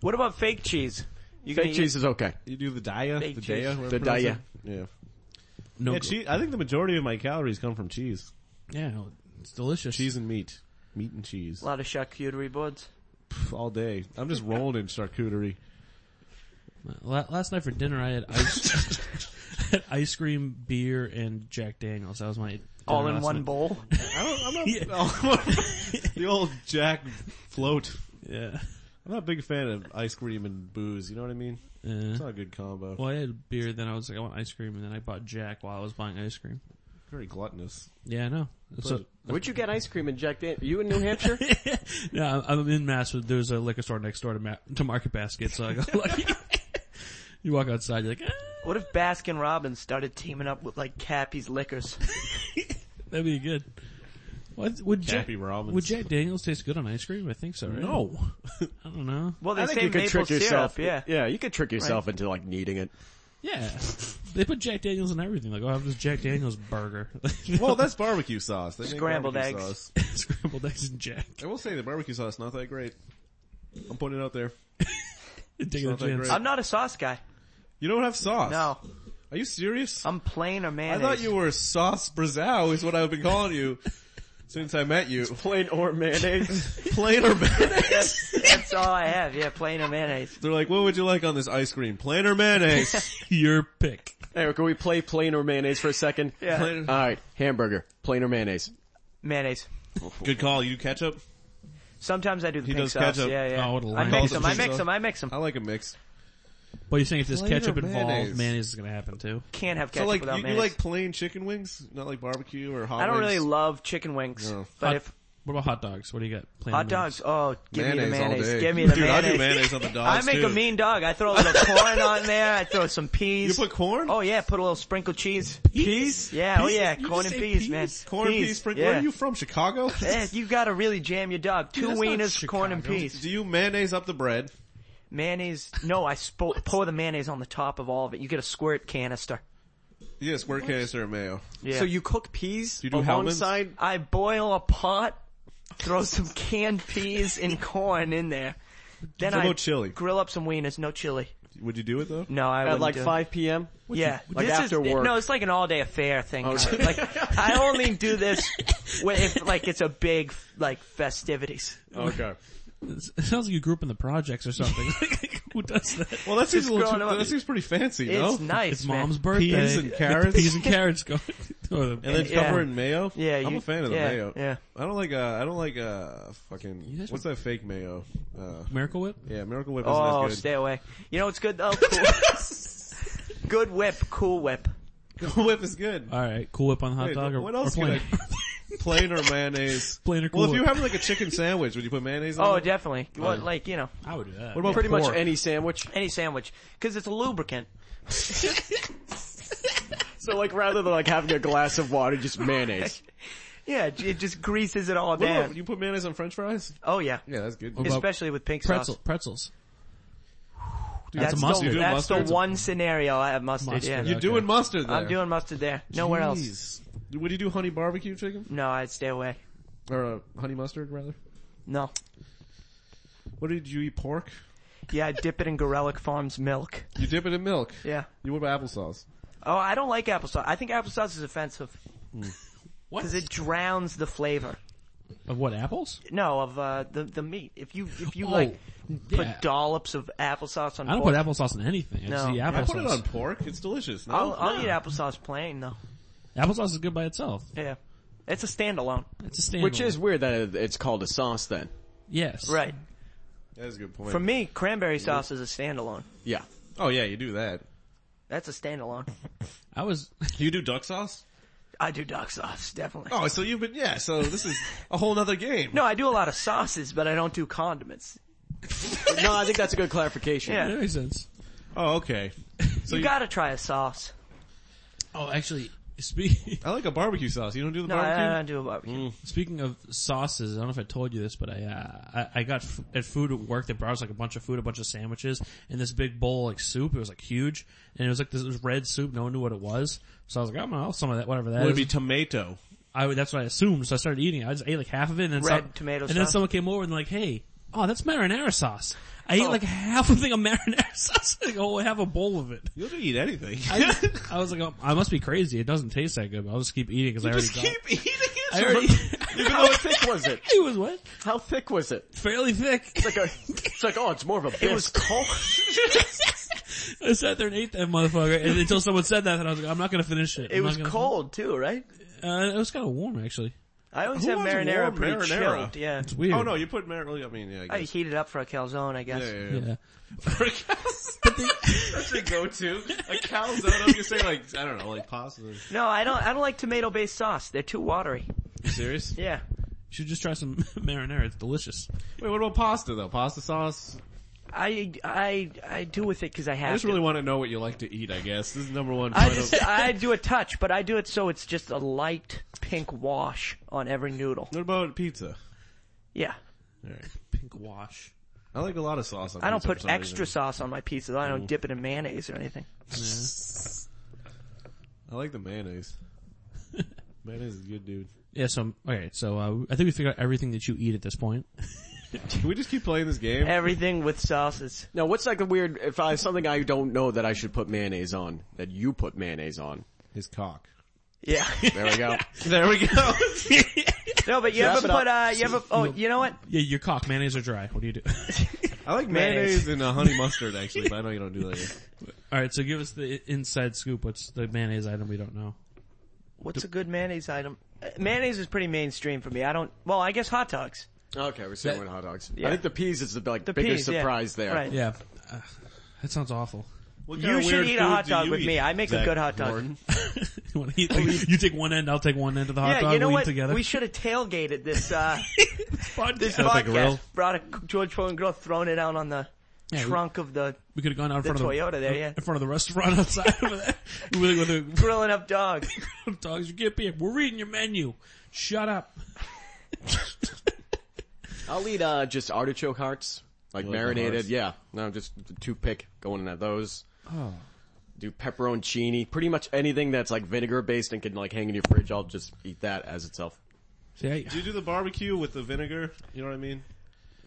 What about fake cheese? You
fake cheese is okay.
You do the dia,
Big
the
cheese.
dia, whatever
The
you pronounce
dia.
it. Yeah.
No
yeah
gr-
cheese, I think the majority of my calories come from cheese,
Yeah, no, it's delicious.
cheese and meat, meat and cheese
A lot of charcuterie boards.
Pff, all day. I'm just rolled in charcuterie.
La- last night for dinner, I had ice, I had ice cream, beer, and Jack Daniels. That was my dinner
All in
last
one
night.
bowl.
I don't, I'm not the old Jack float.
Yeah.
I'm not a big fan of ice cream and booze. You know what I mean?
Uh,
It's not a good combo.
well, I had beer, then I was like, I want ice cream, and then I bought Jack while I was buying ice cream.
Very gluttonous.
Yeah, I know. So,
Where'd you get ice cream and Jack Daniels? You in New Hampshire?
yeah, I'm I'm in Mass. with- There's a liquor store next door to, Ma- to Market Basket, so I got lucky. you walk outside, you're like, ah,
What if Baskin Robbins started teaming up with like Cappy's Liquors?
that'd be good. What, would Jack,
Happy Robbins.
would Jack Daniels taste good on ice cream? I think so, right?
No.
I don't know.
Well, they
I think
say
you could
maple
trick
syrup.
yourself.
Yeah.
yeah, you could trick yourself into like needing it.
Yeah. They put Jack Daniels in everything. Like, oh, I have this Jack Daniels burger.
Well, that's barbecue sauce. They make
Scrambled
barbecue
eggs.
Sauce.
Scrambled eggs and Jack.
I will say the barbecue sauce not that great. I'm putting it out there.
Taking a
not that
chance.
great.
I'm not a sauce guy.
You don't have sauce.
No,
Are you serious?
I'm plain or
I
mayonnaise.
thought you were Sauce Brazow is what I've been calling you since I met you.
Plain or mayonnaise.
Plain or mayonnaise?
That's all I have. Yeah, plain or mayonnaise.
They're like, what would you like on this ice cream? Plain or mayonnaise?
Your pick.
Eric, can we play plain or mayonnaise for a second?
Yeah.
All right, hamburger, plain or mayonnaise.
Mayonnaise.
Good call. You do ketchup?
Sometimes I do the
He
pink
does
sauce.
ketchup.
Yeah, yeah.
Oh, what a
I
line.
mix
Calls it
them. I
pink
mix
sauce.
them. I mix them.
I like a mix.
But you're saying if there's
Plain or
ketchup involved,
mayonnaise?
mayonnaise is gonna happen too.
Can't have ketchup
So like,
without
you, you
mayonnaise.
like plain chicken wings? Not like barbecue or hot
I don't
wings?
really love chicken wings,
No.
but
Hot-
if
What about hot dogs? What do you got? Plain
hot
mayonnaise?
dogs, oh, give me the
all
mayonnaise.
day.
Give me the
Dude, I do
mayonnaise.
mayonnaise on the
I
dogs
make
too.
a mean dog. I throw a little corn on there. I throw some
You
peas.
put corn?
oh yeah, put a little sprinkled cheese.
peas?
Yeah, oh yeah, corn and peas, man.
Corn, peas, spring- Where
yeah.
are you from? Chicago?
Eh, you gotta really jam your dog. Two
that's not
wieners, corn and
Chicago.
peas.
Do you mayonnaise up the bread?
Mayonnaise, no, I spo- pour the mayonnaise on the top of all of it. You get a squirt canister.
You get a squirt canister of mayo.
Yeah.
So you cook peas
You do Hellman's?
alongside
I boil a pot, throw some canned peas and corn in there. Then
What
I
about chili?
grill up some wieners, no chili.
Would you do it though?
No, I
at
wouldn't
like
do it.
5 p.m.
Yeah,
Like
this
after
is,
work.
No, it's like an all-day affair thing. kinda. Like I only do this when, if like it's a big like festivities.
Okay.
It sounds like you grew up in the projects or something. Who does that?
Well, that seems a little.
growing up.
Too, that seems pretty fancy, no?
It's nice,
It's mom's
man.
birthday.
Peas and
Get the
carrots.
Peas and carrots going. or the-
And then
Yeah.
cover it in mayo.
Yeah,
I'm
you-
a fan of the
yeah,
mayo.
yeah.
I don't like. Uh, I don't like. Uh, fucking.
guys
What's that fake mayo? Uh,
Miracle Whip.
yeah, Miracle Whip isn't
Oh,
as good.
stay away. You know what's good though? Cool. good whip, cool whip.
Cool Whip is
Uh,
good.
All right, Cool Whip on the hot
Wait,
dog or,
what else
or
could
plain.
Plain or mayonnaise?
Plain or
Well,
Cool
if you
Whip.
have like a chicken sandwich, would you put mayonnaise on?
Oh,
it?
definitely. Well, like you know,
I would do that.
What about
Pretty
pork?
much any sandwich.
any sandwich because it's a lubricant.
So like rather than like having a glass of water, just mayonnaise.
Yeah, it- it just greases it all
What about-
down.
you put mayonnaise on French fries?
Oh yeah,
Yeah, that's good.
What about
especially with pink
pretzel,
sauce.
pretzels?
Dude,
That's,
a mustard.
the,
You
doing
that's the
mustard?
one scenario I have mustard.
Mustard.
Yeah,
You
You're
Okay.
doing mustard there.
I'm doing mustard there. Nowhere else.
Jeez. Would you do honey barbecue chicken
No, I'd stay away.
or uh, honey mustard rather?
No.
What did you eat? Pork?
Yeah, I dip it in Gorelick Farms milk.
You dip it in milk.
Yeah.
You what about applesauce?
Oh, I don't like applesauce. I think applesauce is offensive
What?
because it drowns the flavor.
Of what apples?
No, of uh, the the meat. If you if you
Oh,
like put
yeah.
dollops of applesauce on,
I don't
pork,
put applesauce in anything. I just
No.
eat
I put it on
applesauce.
pork. It's delicious. No?
I'll, I'll
No.
eat applesauce plain though.
Applesauce is good by itself.
Yeah, it's a standalone.
It's a standalone.
Which is weird that it- it's called a sauce then.
yes,
Right.
That's a good point.
For me, cranberry sauce is a standalone.
Yeah.
oh yeah, you do that.
That's a standalone.
I was.
You do duck sauce?
I do duck sauce definitely.
Oh, so you've been yeah. So this is a whole nother game.
No, I do a lot of sauces, but I don't do condiments.
No, I think that's a good clarification.
Yeah.
That makes sense.
Oh, okay. So
You
you-
gotta try a sauce.
Oh, actually, speak,
I like a barbecue sauce. You don't do the
No,
barbecue.
I, uh, I don't do a barbecue.
Mm. speaking of sauces, I don't know if I told you this, but I uh, I, I got f- at food at work. They brought us like a bunch of food, a bunch of sandwiches, and this big bowl like soup. It was like huge, and it was like this it was red soup. No one knew what it was, so I was like, I'm gonna have some of that, whatever that
Would it
is.
be tomato?
I would- that's what I assumed. So I started eating. it. I just ate like half of it, and then
Red
some,
tomato
And then
sauce.
someone came over and like, hey, oh, that's marinara sauce. I ate like half a thing of marinara sauce. Like, oh, I have a bowl of it.
You'll just eat anything.
I, just- I was like, oh, I must be crazy. It doesn't taste that good, but I'll just keep eating because I already
just
got.
keep eating it.
I already.
How thick was it?
it was what?
How thick was it?
Fairly thick.
It's like a, it's like oh, it's more of a.
It was
bisque.
cold.
I sat there and ate that motherfucker, and until someone said that, and I was like, I'm not gonna finish it.
It
I'm
was
not gonna-
cold too, right?
Uh, it was kind of warm actually.
I always
Who
have
wants
marinara
warm
pretty
marinara?
chilled. Yeah,
It's weird.
Oh no, you put mar- well, I mean, yeah, I
I
guess.
heat it up for a calzone, I guess.
yeah, yeah, yeah.
Yeah.
That's your go-to. A calzone. I'm gonna say like I don't know, like pasta. Are
No, I don't. I don't like tomato-based sauce. They're too watery.
you serious?
Yeah,
You should just try some marinara. It's delicious.
Wait, what about pasta though? Pasta sauce.
I I I do with it because I have
I just really
to.
want to know what you like to eat. I guess this is number one.
I
point
just
of-
I do a touch, but I do it so it's just a light pink wash on every noodle.
what about pizza?
Yeah,
Pink wash.
I like a lot of sauce. on
I don't
pizza for
put
some
extra
reason.
sauce on my pizza. though. I don't dip it in mayonnaise or anything.
I like the mayonnaise. mayonnaise is good, dude.
Yeah, so, okay, so, uh, I think we figured out everything that you eat at this point.
Can we just keep playing this game?
Everything with sauces.
Now, what's like a weird? If I something I don't know that I should put mayonnaise on, that you put mayonnaise on.
His cock.
Yeah.
There we go.
There we go.
No, but you
Wrap
ever
it up.
put, uh, you ever, oh, you know what?
Yeah, your cock mayonnaise are dry. What do you do?
I like
Mayonnaise.
mayonnaise and uh, honey mustard actually, but I know you don't do that. Yet.
All right, so give us the i- inside scoop. What's the mayonnaise item we don't know?
What's a good mayonnaise item? Uh, Mayonnaise is pretty mainstream for me. I don't, well, I guess hot dogs.
Okay, we're still doing hot dogs.
Yeah.
I think the peas is the like
The
bigger
peas, yeah.
surprise there.
Right.
Yeah, uh, that sounds awful.
What
You
kind of
should
weird
eat a
food
hot
do
dog
you
with
eat,
me. I make a
Zach
good hot dog.
Morton?
you, wanna eat- you take one end, I'll take one end of the hot
yeah,
dog.
you know
we'll
what?
eat together.
We should have tailgated this, uh, this
Sounds
podcast.
like a grill.
Brought a George Foreman grill, thrown it out on the
Yeah, we-
trunk of the
We could have gone out in
The
front of
Toyota
the,
there, yeah.
in front of the restaurant outside over there. With, with the
grilling up dogs.
dogs, you get beer. We're reading your menu. Shut up.
I'll eat uh just artichoke hearts, like
You like the
marinated.
hearts?
yeah, no, just toothpick going in at those.
Oh.
Do pepperoncini, pretty much anything that's like vinegar based and can like hang in your fridge. I'll just eat that as itself.
See, I,
Do you do the barbecue with the vinegar? You know what I mean?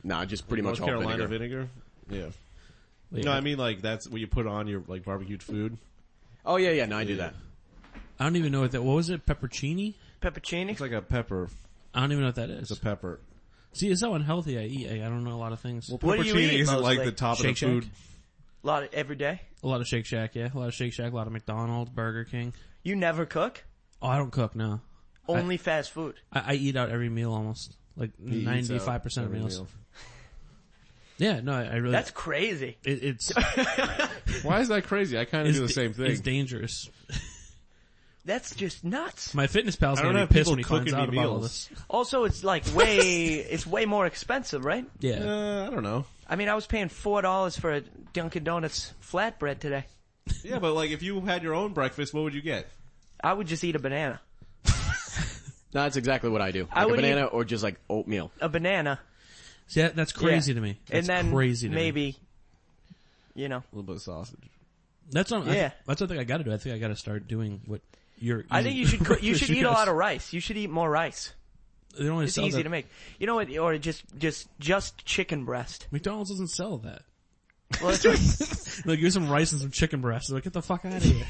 Nah, just pretty
North
much all
Carolina
vinegar.
vinegar. Yeah. No, I mean like that's what you put on your like barbecued food.
Oh yeah, yeah, no, I do that.
I don't even know what that. What was it? Peppercini?
Peppercini.
It's like a pepper.
I don't even know what that is.
It's a pepper.
See, it's so unhealthy. I eat. I, I don't know a lot of things.
What do you
Peppercini
eat
isn't like
mostly?
the top
Shake
of the
Shack.
food.
A lot of, every day.
A lot of Shake Shack. Yeah, a lot of Shake Shack. A lot of McDonald's, Burger King.
You never cook.
Oh, I don't cook. No,
Only fast food.
I, I eat out every meal almost. Like
He eats out
ninety five percent of
every
meals.
meal.
Yeah, no, I, I really.
That's crazy.
it, it's,
Why is that crazy? I kind of
it's
do the
da-
same thing.
It's dangerous.
That's just nuts.
My fitness pal's
I don't
gonna
have
be pissed
people
when he finds
cooking
out
me
about all
meals.
this.
Also, it's like way, it's way more expensive, right?
Yeah,
uh, I don't know.
I mean, I was paying four dollars for a Dunkin' Donuts flatbread today.
Yeah, but like if you had your own breakfast, what would you get?
I would just eat a banana.
No, that's exactly what I do. Like
I
a
would eat-
banana or just like oatmeal.
A banana.
see, that, that's crazy
yeah.
to me. That's
and then
crazy to me.
maybe, you know,
A little bit of sausage.
That's what I'm,
Yeah.
I, that's what I think I gotta do. I think I gotta start doing what you're.
I think you should cook, you should eat a lot of rice. You should eat more rice.
They only
It's
sell
easy
that-
to make. You know what? Or just just just chicken breast.
McDonald's doesn't sell that.
Well, it's like-
Like, give me some rice and some chicken breast. They're like, get the fuck out of here.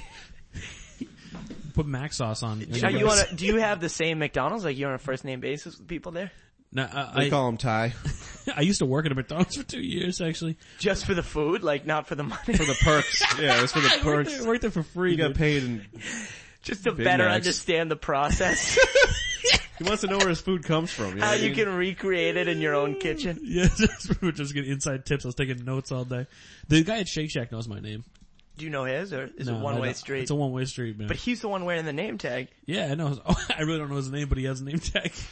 Put mac sauce on.
are you on a, do you have the same McDonald's? Like you're on a first name basis with people there,
No, I,
They
I,
call him Thai
I used to work at a McDonald's for two years actually.
just for the food, like not for the money.
for the perks. yeah, it's for the
I worked there,
perks.
I worked there for free.
He got
dude.
paid, and
just to
Big
better
Macs.
understand the process,
he wants to know where his food comes from. You know
how
what I
Uh, you
mean?
can recreate it in your own kitchen.
Yeah, just, we're just getting inside tips. I was taking notes all day. The guy at Shake Shack knows my name.
Do you know his or is
No,
it
I
one way
don't-
street?
It's a one way street, man.
but he's the one wearing the name tag.
yeah, I know. Oh, I really don't know his name, but he has a name tag.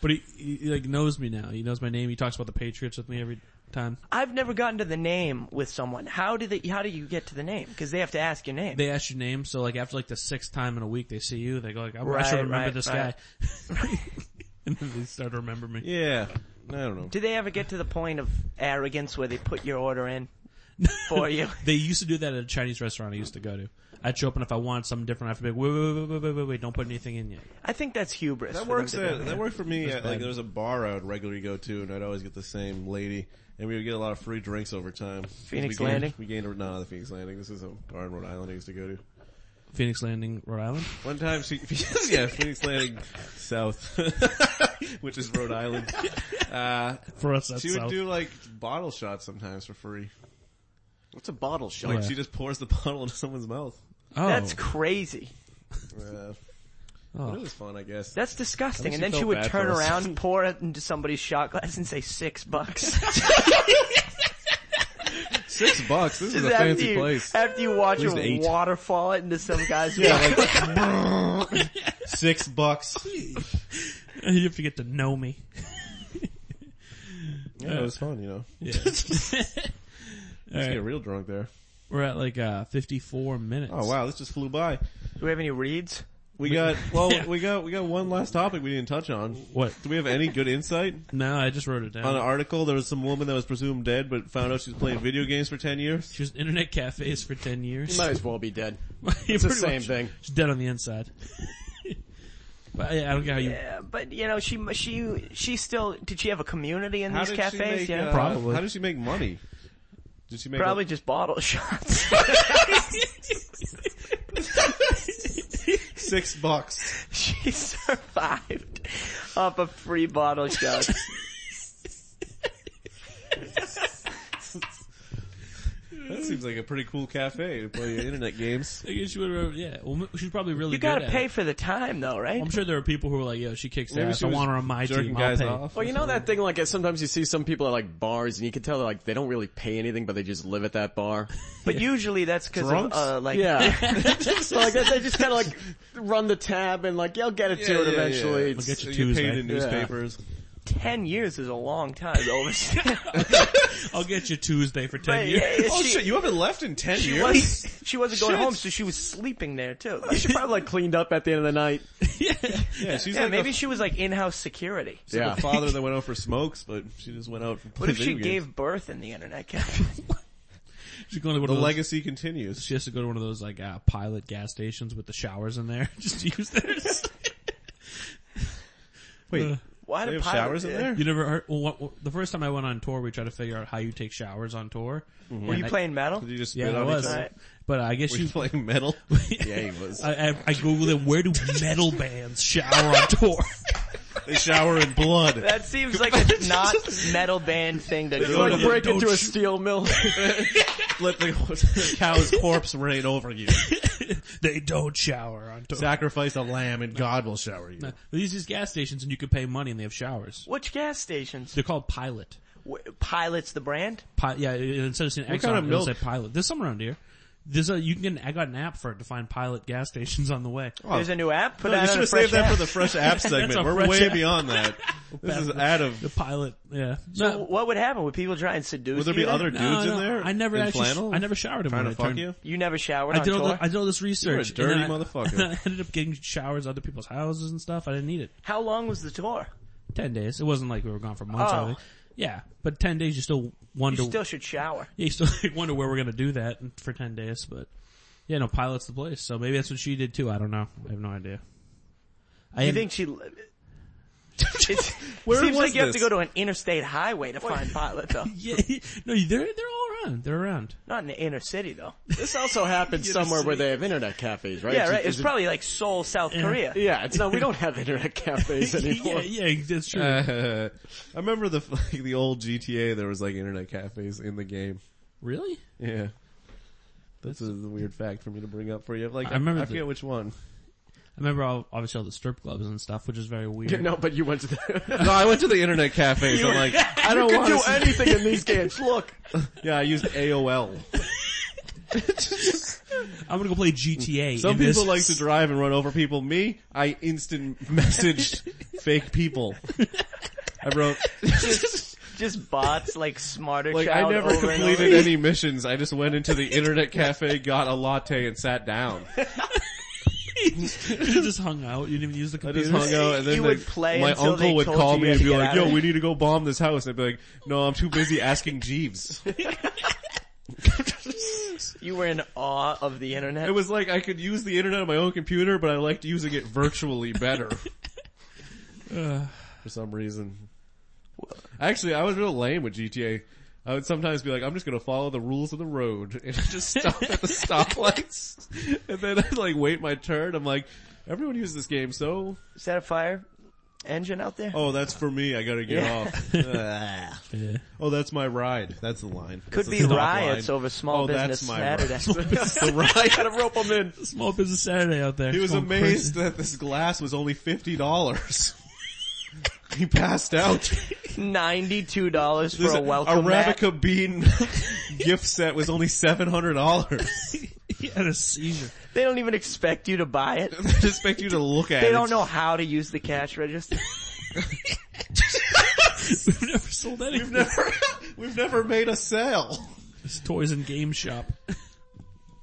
But he, he, he, like knows me now. He knows my name. He talks about the Patriots with me every time.
I've never gotten to the name with someone. How do they? How do you get to the name? Because they have to ask your name.
They ask your name, so like after like the sixth time in a week they see you, they go like, I, I
Right,
should remember
right,
this
right.
guy. and then they start to remember me.
Yeah, I don't know.
do they ever get to the point of arrogance where they put your order in for you?
They used to do that at a Chinese restaurant I used to go to. I'd show up and if I wanted something different, I have to be like, wait, wait, wait, wait, wait, wait, wait, don't put anything in yet.
I think that's hubris.
That
for them
works.
to do
At, that worked for me. At, like
bad.
there was a bar I would regularly go to, and I'd always get the same lady, and we would get a lot of free drinks over time.
Phoenix
we gained-
Landing?
we gained a, no, the Phoenix Landing. This is a bar in Rhode Island I used to go to.
Phoenix Landing, Rhode Island.
One time, she, yeah, Phoenix Landing South, which is Rhode Island. Uh,
For us, that's
she would
south.
do like bottle shots sometimes for free.
What's a bottle shot?
Like she just pours the bottle into someone's mouth.
oh.
That's crazy.
Uh,
Oh.
It was fun, I guess.
That's disgusting.
least
And
you
then she
felt
would
bad
turn
for us.
around, pour it into somebody's shot glass and say six bucks.
Six bucks. This is a
After
fancy
you-
place.
After you watch
least
her
eight.
waterfall it into some guy's
like, six bucks.
You have to get to know me.
Yeah, it was fun, you know.
Yeah. All
Let's
right.
get real drunk there.
We're at like uh 54 minutes.
Oh wow, this just flew by.
Do we have any reads?
We got well,
Yeah.
we got we got one last topic we didn't touch on.
What?
Do we have any good insight
No, I just wrote it
on an
down.
article? There was some woman that was presumed dead, but found out she was playing video games for ten years.
She was in internet cafes for 10 years.
Might as well be dead.
it's
the same thing.
She's dead on the inside. But I, I don't get how you.
Yeah, Uh, but you know, she she she still did. She have a community in
How
these
did
cafes?
she make,
yeah,
uh,
Probably.
How did she make money? Did she make
probably just bottle shots.
six bucks?
she survived off of free bottle shots.
That seems like a pretty cool cafe to play your internet games.
I guess she would have. Yeah, well, m- she's probably really.
You gotta
good at
pay
it.
for the time though, right?
Oh,
I'm sure there are people who are like, "Yo, she kicks
Maybe
ass.
she
I
was
want her on my
jerking
team.
guys
I'll pay."
off.
Well, you know that thing like sometimes you see some people at like bars and you can tell like they don't really pay anything but they just live at that bar.
but usually that's because of
Drunks?
uh, like
Yeah. so like they, they just kind of like run the tab and like you'll get it to it eventually.
We'll
It's-
get you
you
Tuesday.
paid in
Yeah.
newspapers.
ten years is a long time overseas.
I'll get you Tuesday for ten
But
years.
yeah, yeah,
Oh
she,
shit, you haven't left in ten
she
years?
was she wasn't going
Shit. Oh,
home, so she was sleeping there too.
She probably like cleaned up at the end of the night.
yeah, she's
Yeah,
like
maybe
the,
she was like in-house security.
she's like
Yeah.
the father that went out for smokes, but she just went out for
What if she gave birth in the internet cafe?
She's going to one
The
of those,
legacy continues.
She has to go to one of those like uh, pilot gas stations with the showers in there just to use theirs.
Wait,
Uh,
Why
they
do
have showers
pilots-
in
yeah.
there?
You never heard? Well, what, what- the first time I went on tour, we tried to figure out how you take showers on tour.
Mm-hmm. Were you
I-
playing metal?
Did you just spit
Yeah, I
on
was.
each other?
Right.
But I guess
Were you
you.
playing metal?
Yeah, he was.
I, I, I googled it. Where do metal bands shower on tour?
they shower in blood.
That seems like a not metal band thing to
go
do.
to
like
the-
break
don't
into a
sh-
steel mill.
Let the, the cow's corpse reign over you.
they don't shower on tour.
Sacrifice a lamb and God will shower you.
These these gas stations, and you could pay money, and they have showers.
Which gas stations?
They're called Pilot.
W- Pilots the brand?
Pi- yeah, instead of seeing Exxon,
kind of
it'll say
milk?
Pilot. There's some around here. There's a you can get an, I got an app for it to find Pilot gas stations on the way.
There's a new app. Put
No, you
out on
should
a
have saved
fresh
that for
app.
the fresh app
a
segment. We're
fresh
way
app.
beyond that. This is out of.
The Pilot, yeah.
So what would happen? Would people try and
Uh,
seduce
Would there
you?
be other
No,
dudes in
no,
there?
I never
in
actually,
flannel?
I never showered in
trying
one.
to
I
fuck
turned-
you.
You never showered
I
on
did all
tour?
the, I did all this research.
dirty
and I-
motherfucker.
I ended up getting showers at other people's houses and stuff. I didn't need it.
How long was the tour?
Ten days. It wasn't like we were gone for months.
Oh.
I think. Yeah, but ten days you still wonder.
You still should shower.
yeah, you still wonder where we're gonna do that for ten days. But yeah, no, pilot's the place. So maybe that's what she did too. I don't know. I have no idea. I
You
am-
think she... It's,
Where
seems
was
like you have to
this?
go to an interstate highway to find Pilot though.
Yeah, no, they're they're all around. They're around.
Not in the inner city though.
This also happens somewhere where they have internet cafes, right?
Yeah, right.
Is
It's
it-
probably like Seoul, South Korea.
Yeah, it's not. We don't have internet cafes
yeah,
anymore.
yeah, that's true.
Uh, I remember the like, the old GTA. There was like internet cafes in the game.
really?
Yeah, that's a weird fact for me to bring up for you. Like
I remember
I
the-
forget which one.
I remember all, obviously all the strip clubs and stuff, which is very weird.
No, but you went to the.
No, I went to the internet cafes. I'm like, I don't
you could
want
do
to.
anything in these games. Look,
Yeah, I used AOL.
I'm gonna go play GTA.
Some
in
people
this.
like to drive and run over people. Me, I instant messaged fake people. I wrote
Just bots like smarter
like
child
I never
over and
completed
over.
any missions. I just went into the internet cafe, got a latte, and sat down.
you just hung out. You didn't even use the
I
computer.
just hung out, and then
You
like,
would play
my
until they
uncle would
told
call
you
me
you
and be
had to get
like,
out
"Yo,
of
we need to go bomb this house." I'd be like, "No, I'm too busy asking Jeeves."
You were in awe of the internet.
It was like I could use the internet on my own computer, but I liked using it virtually better. For some reason. Actually, I was real lame with GTA. I would sometimes be like, I'm just gonna follow the rules of the road and just stop at the stoplights. And then I'd like wait my turn. I'm like, everyone uses this game, so,
Is that a fire engine out there?
oh, that's for me. I gotta get
Yeah.
off. Ah. Oh, that's my ride. That's the line.
Could
That's
be
the stop
riots
line.
over small
Oh,
business
that's my ride. The
Saturday.
ride. Gotta rope him in.
Small Business Saturday out there.
He was
Going
amazed
crazy.
that this glass was only fifty dollars. he passed out.
Ninety-two dollars for
This
a welcome mat.
Arabica bean gift set was only seven hundred dollars.
He had a seizure.
They don't even expect you to buy it.
They just expect you to look at.
They
it.
don't know how to use the cash register.
We've never sold anything.
Never- we've never made a sale.
It's toys and game shop.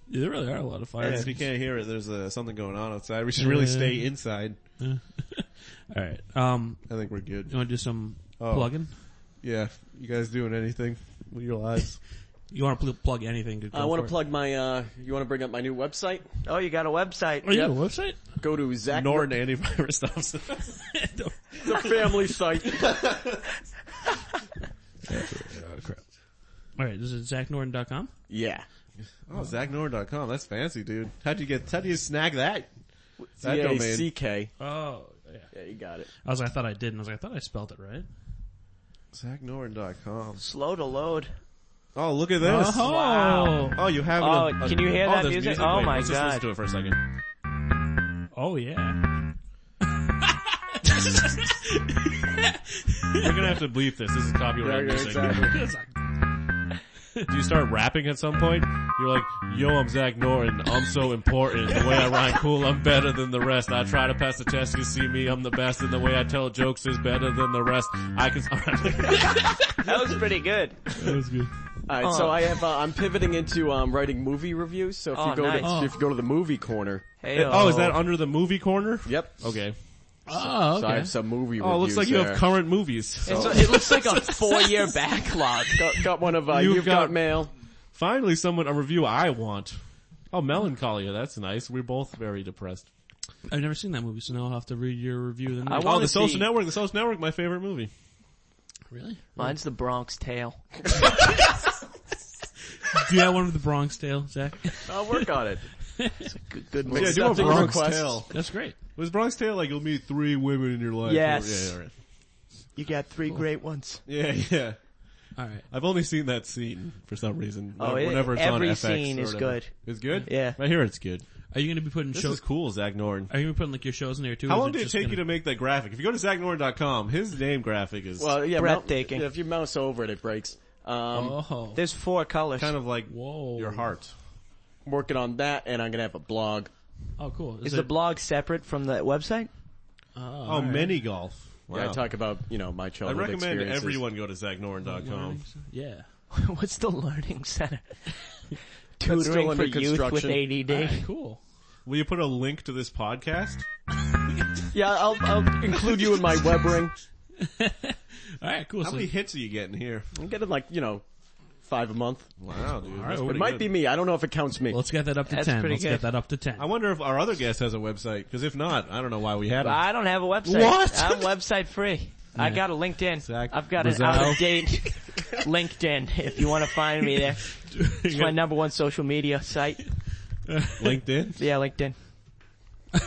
yeah, there really are a lot of fires.
If you can't hear it, there's uh, something going on outside. We should really
Yeah.
stay inside.
All right. Um,
I think we're good.
you want to do some
Oh.
plugging?
Yeah, you guys doing anything with your lives?
You want to pl- plug anything? Good.
I want to plug my, uh, you want to bring up my new website?
Oh, you got a website.
Are you on a website?
Go to Zach
Norton antivirus Thompson.
the family site.
oh, crap.
All right, this is ZachNorton.com.
yeah.
Oh, ZachNorton.com. That's fancy, dude. How'd you get, how do you snag that? That domain.
D-A-C-K.
Oh, yeah.
Yeah, you got it.
I was like, I thought I did, and I was like, I thought I spelled it right.
ZachNorton.com.
Slow to load.
Oh, look at this.
Wow.
Oh, you have
Oh,
it. on-
can you hear
oh,
that
there's
music? Oh
Wait,
my
let's Just
God.
listen to it for a second.
Oh yeah.
We're gonna have to bleep this. This is copyright
Yeah, yeah,
music.
exactly.
Do you start rapping at some point? You're like, yo, I'm Zach Norton. I'm so important. The way I rhyme cool, I'm better than the rest. I try to pass the test. You see me, I'm the best. And the way I tell jokes is better than the rest. I can.
That was pretty good.
That was good.
Alright, so I have, uh, I'm pivoting into, um, writing movie reviews, so if
Oh,
you go
nice.
to, if you go to the movie corner.
Hey,
oh, is that under the movie corner?
Yep.
Okay.
Oh,
So I
okay.
have some movie
Oh, it looks
reviews
like you
there.
have current movies.
So-
it looks like a four-year backlog.
got, got one of, uh,
You've
you've, got,
got-
mail.
Finally, someone a review I want. Oh, Melancholia. That's nice. We're both very depressed.
I've never seen that movie, so now I'll have to read your review. Then
I
Oh,
wanna
The Social
see-
Network. The Social Network. My favorite movie.
really?
Mine's the Bronx Tale.
Do you have one of the Bronx Tale, Zach?
I'll work on it.
Good, good
Yeah,
movie.
I do have
Accepting
Bronx
requests.
Tale.
That's great.
Was Bronx Tale like you'll meet three women in your life?
Yes.
Yeah, all right.
You got three great ones.
yeah, yeah.
All right.
I've only seen that scene for some reason.
Oh, it-
whenever it's
every
on FX
scene
or
is
whatever.
good.
It's good.
Yeah.
I hear it's good.
Are you going to be putting
This
shows?
is cool, Zach Norton.
Are you going to be putting like your shows in there too?
How
or is
long did it
just
take you
gonna-
to make that graphic? If you go to ZachNorton.com, his name graphic is
Well, yeah,
Breathtaking.
mou- if you mouse over it, it breaks. Um,
Oh.
There's four colors.
kind of like
Whoa.
your heart.
working on that, and I'm gonna have a blog.
Oh, cool.
is the blog separate from the website?
Oh,
Oh, mini golf.
Where I
Wow.
talk about you know my
I
childhood
recommend
experiences.
everyone go to ZachNorton.com.
Yeah.
What's the learning center?
That's still
Tutoring for
under
youth with
construction.
All
ADD.
right, cool.
Will you put a link to this podcast?
Yeah, I'll, I'll include you in my web ring.
All right, cool.
How
So,
many hits are you getting here?
I'm getting like you know five a month.
Wow, dude.
right,
that's
well,
pretty
It might
good.
be me. I don't know if it counts me.
let's get that up to
That's
ten.
pretty
Let's
good.
get that up to ten.
I wonder if our other guest has a website, because if not, I don't know why we had him.
I don't have a website.
What?
I'm website free. I got a LinkedIn.
Zach
I've got
Rizzo.
an out of date LinkedIn if you want to find me there. It's my number one social media site.
LinkedIn?
Yeah, LinkedIn.
I'll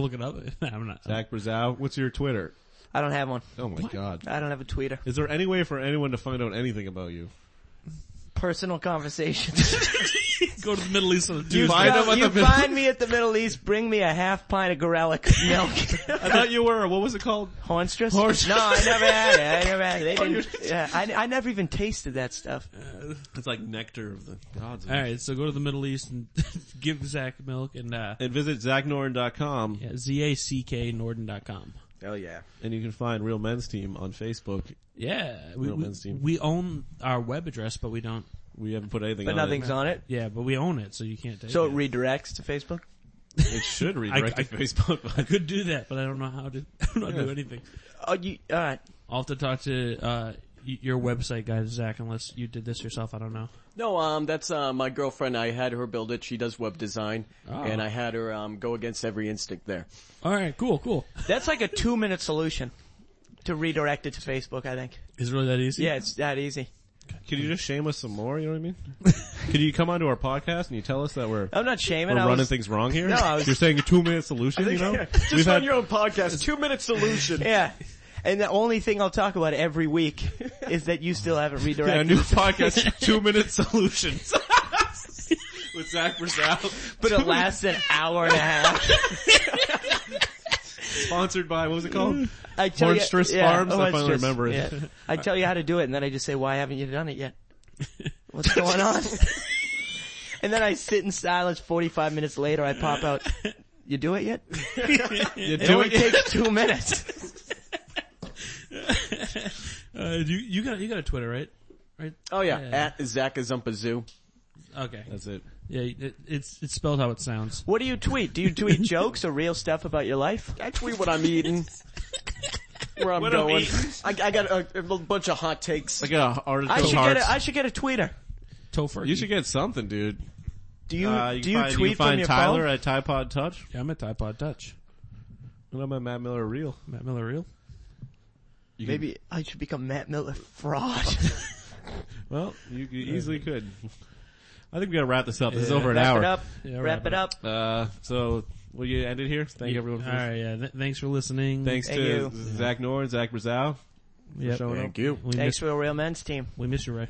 look it up. I'm not.
Zach Brazow, what's your Twitter?
I don't have one.
Oh my god.
I don't have a tweeter.
Is there any way for anyone to find out anything about you?
Personal conversations.
Go to the Middle East on a Tuesday.
Find out
Well,
what
you
the Middle-
find me at the Middle East, bring me a half pint of Gorelick milk.
I thought you were, what was it called?
Hornstress?
Hornstress.
No, I never had it. I never had it. They didn't, yeah, I, I never even tasted that stuff.
It's like nectar of the gods.
All right, so go to the Middle East and give Zach milk and uh,
And visit ZachNorton.com
yeah, z a c k norden.com.
Hell yeah.
and you can find Real Men's Team on Facebook.
Yeah, we,
Real
we,
men's team.
we own our web address, but we don't.
We haven't put anything
But
on
nothing's
it.
on it.
Yeah, but we own it, so you can't take
So
it.
it redirects to Facebook?
It should redirect
I-
to Facebook.
I could do that, but I don't know how to. I don't know how to do anything.
Oh, you, alright.
I'll have to talk to uh, y- your website guy, Zach, unless you did this yourself. I don't know.
No, um, that's uh, my girlfriend. I had her build it. She does web design,
Ah.
and I had her um, go against every instinct there.
All right, cool, cool.
That's like a two minute solution to redirect it to Facebook, I think.
Is it really that easy?
Yeah, it's that easy.
Can you just shame us some more? You know what I mean? Can you come onto our podcast and you tell us that we're,
I'm not shaming.
we're
I
running
was,
things wrong here?
No, I was-
You're saying a two minute solution, you know?
Just
We've
run
had-
your own podcast. Two minute solution.
yeah. And the only thing I'll talk about every week is that you still haven't
Yeah, a
redirected.
new podcast, Two Minute Solutions. With Zach Brazow.
but it lasts an hour and a half.
Sponsored by, what was it called?
I tell you-
Hornstress
yeah,
Farms? I finally
Hornstress,
remember it.
yeah. I tell you how to do it and then I just say, why haven't you done it yet? What's going on? and then I sit in silence 45 minutes later, I pop out, you do it yet?
You
It
do
only
it. yet?
takes two minutes.
Uh, you you got you got a Twitter, right? Right.
Oh yeah,
Yeah.
at Zakazumpa
Okay.
That's it.
Yeah, it, it's it's spelled how it sounds.
What do you tweet? Do you tweet jokes or real stuff about your life?
I tweet what I'm eating, where I'm
What I'm
going.
eating.
I, I got a, a bunch of hot takes.
Like a artichoke
I should,
hearts.
get a, I should get a tweeter.
Tofurkey.
You should get something, dude.
Do you,
Uh,
do
can
you
find,
tweet
you can
from
find
your
Tyler
phone?
at Tide Pod Touch?
Yeah, I'm at Tide Pod Touch.
And I'm at Matt Miller Real.
Matt Miller Real.
You can-
Maybe I should become Matt Miller fraud.
well, you, you easily could. I think we gotta wrap this up. This is
Yeah.
over an
Wrap
hour.
it up.
Yeah,
wrap,
wrap
it
it
up.
Uh, so will you end it here? Thank everyone. For
All right, yeah. Th- thanks for listening.
Thanks
Thank
to
you.
Zach Norn, Zach Brazow.
Yep.
showing up.
Thank you.
We
Thanks
miss,
for the real men's team.
we miss you, Ray.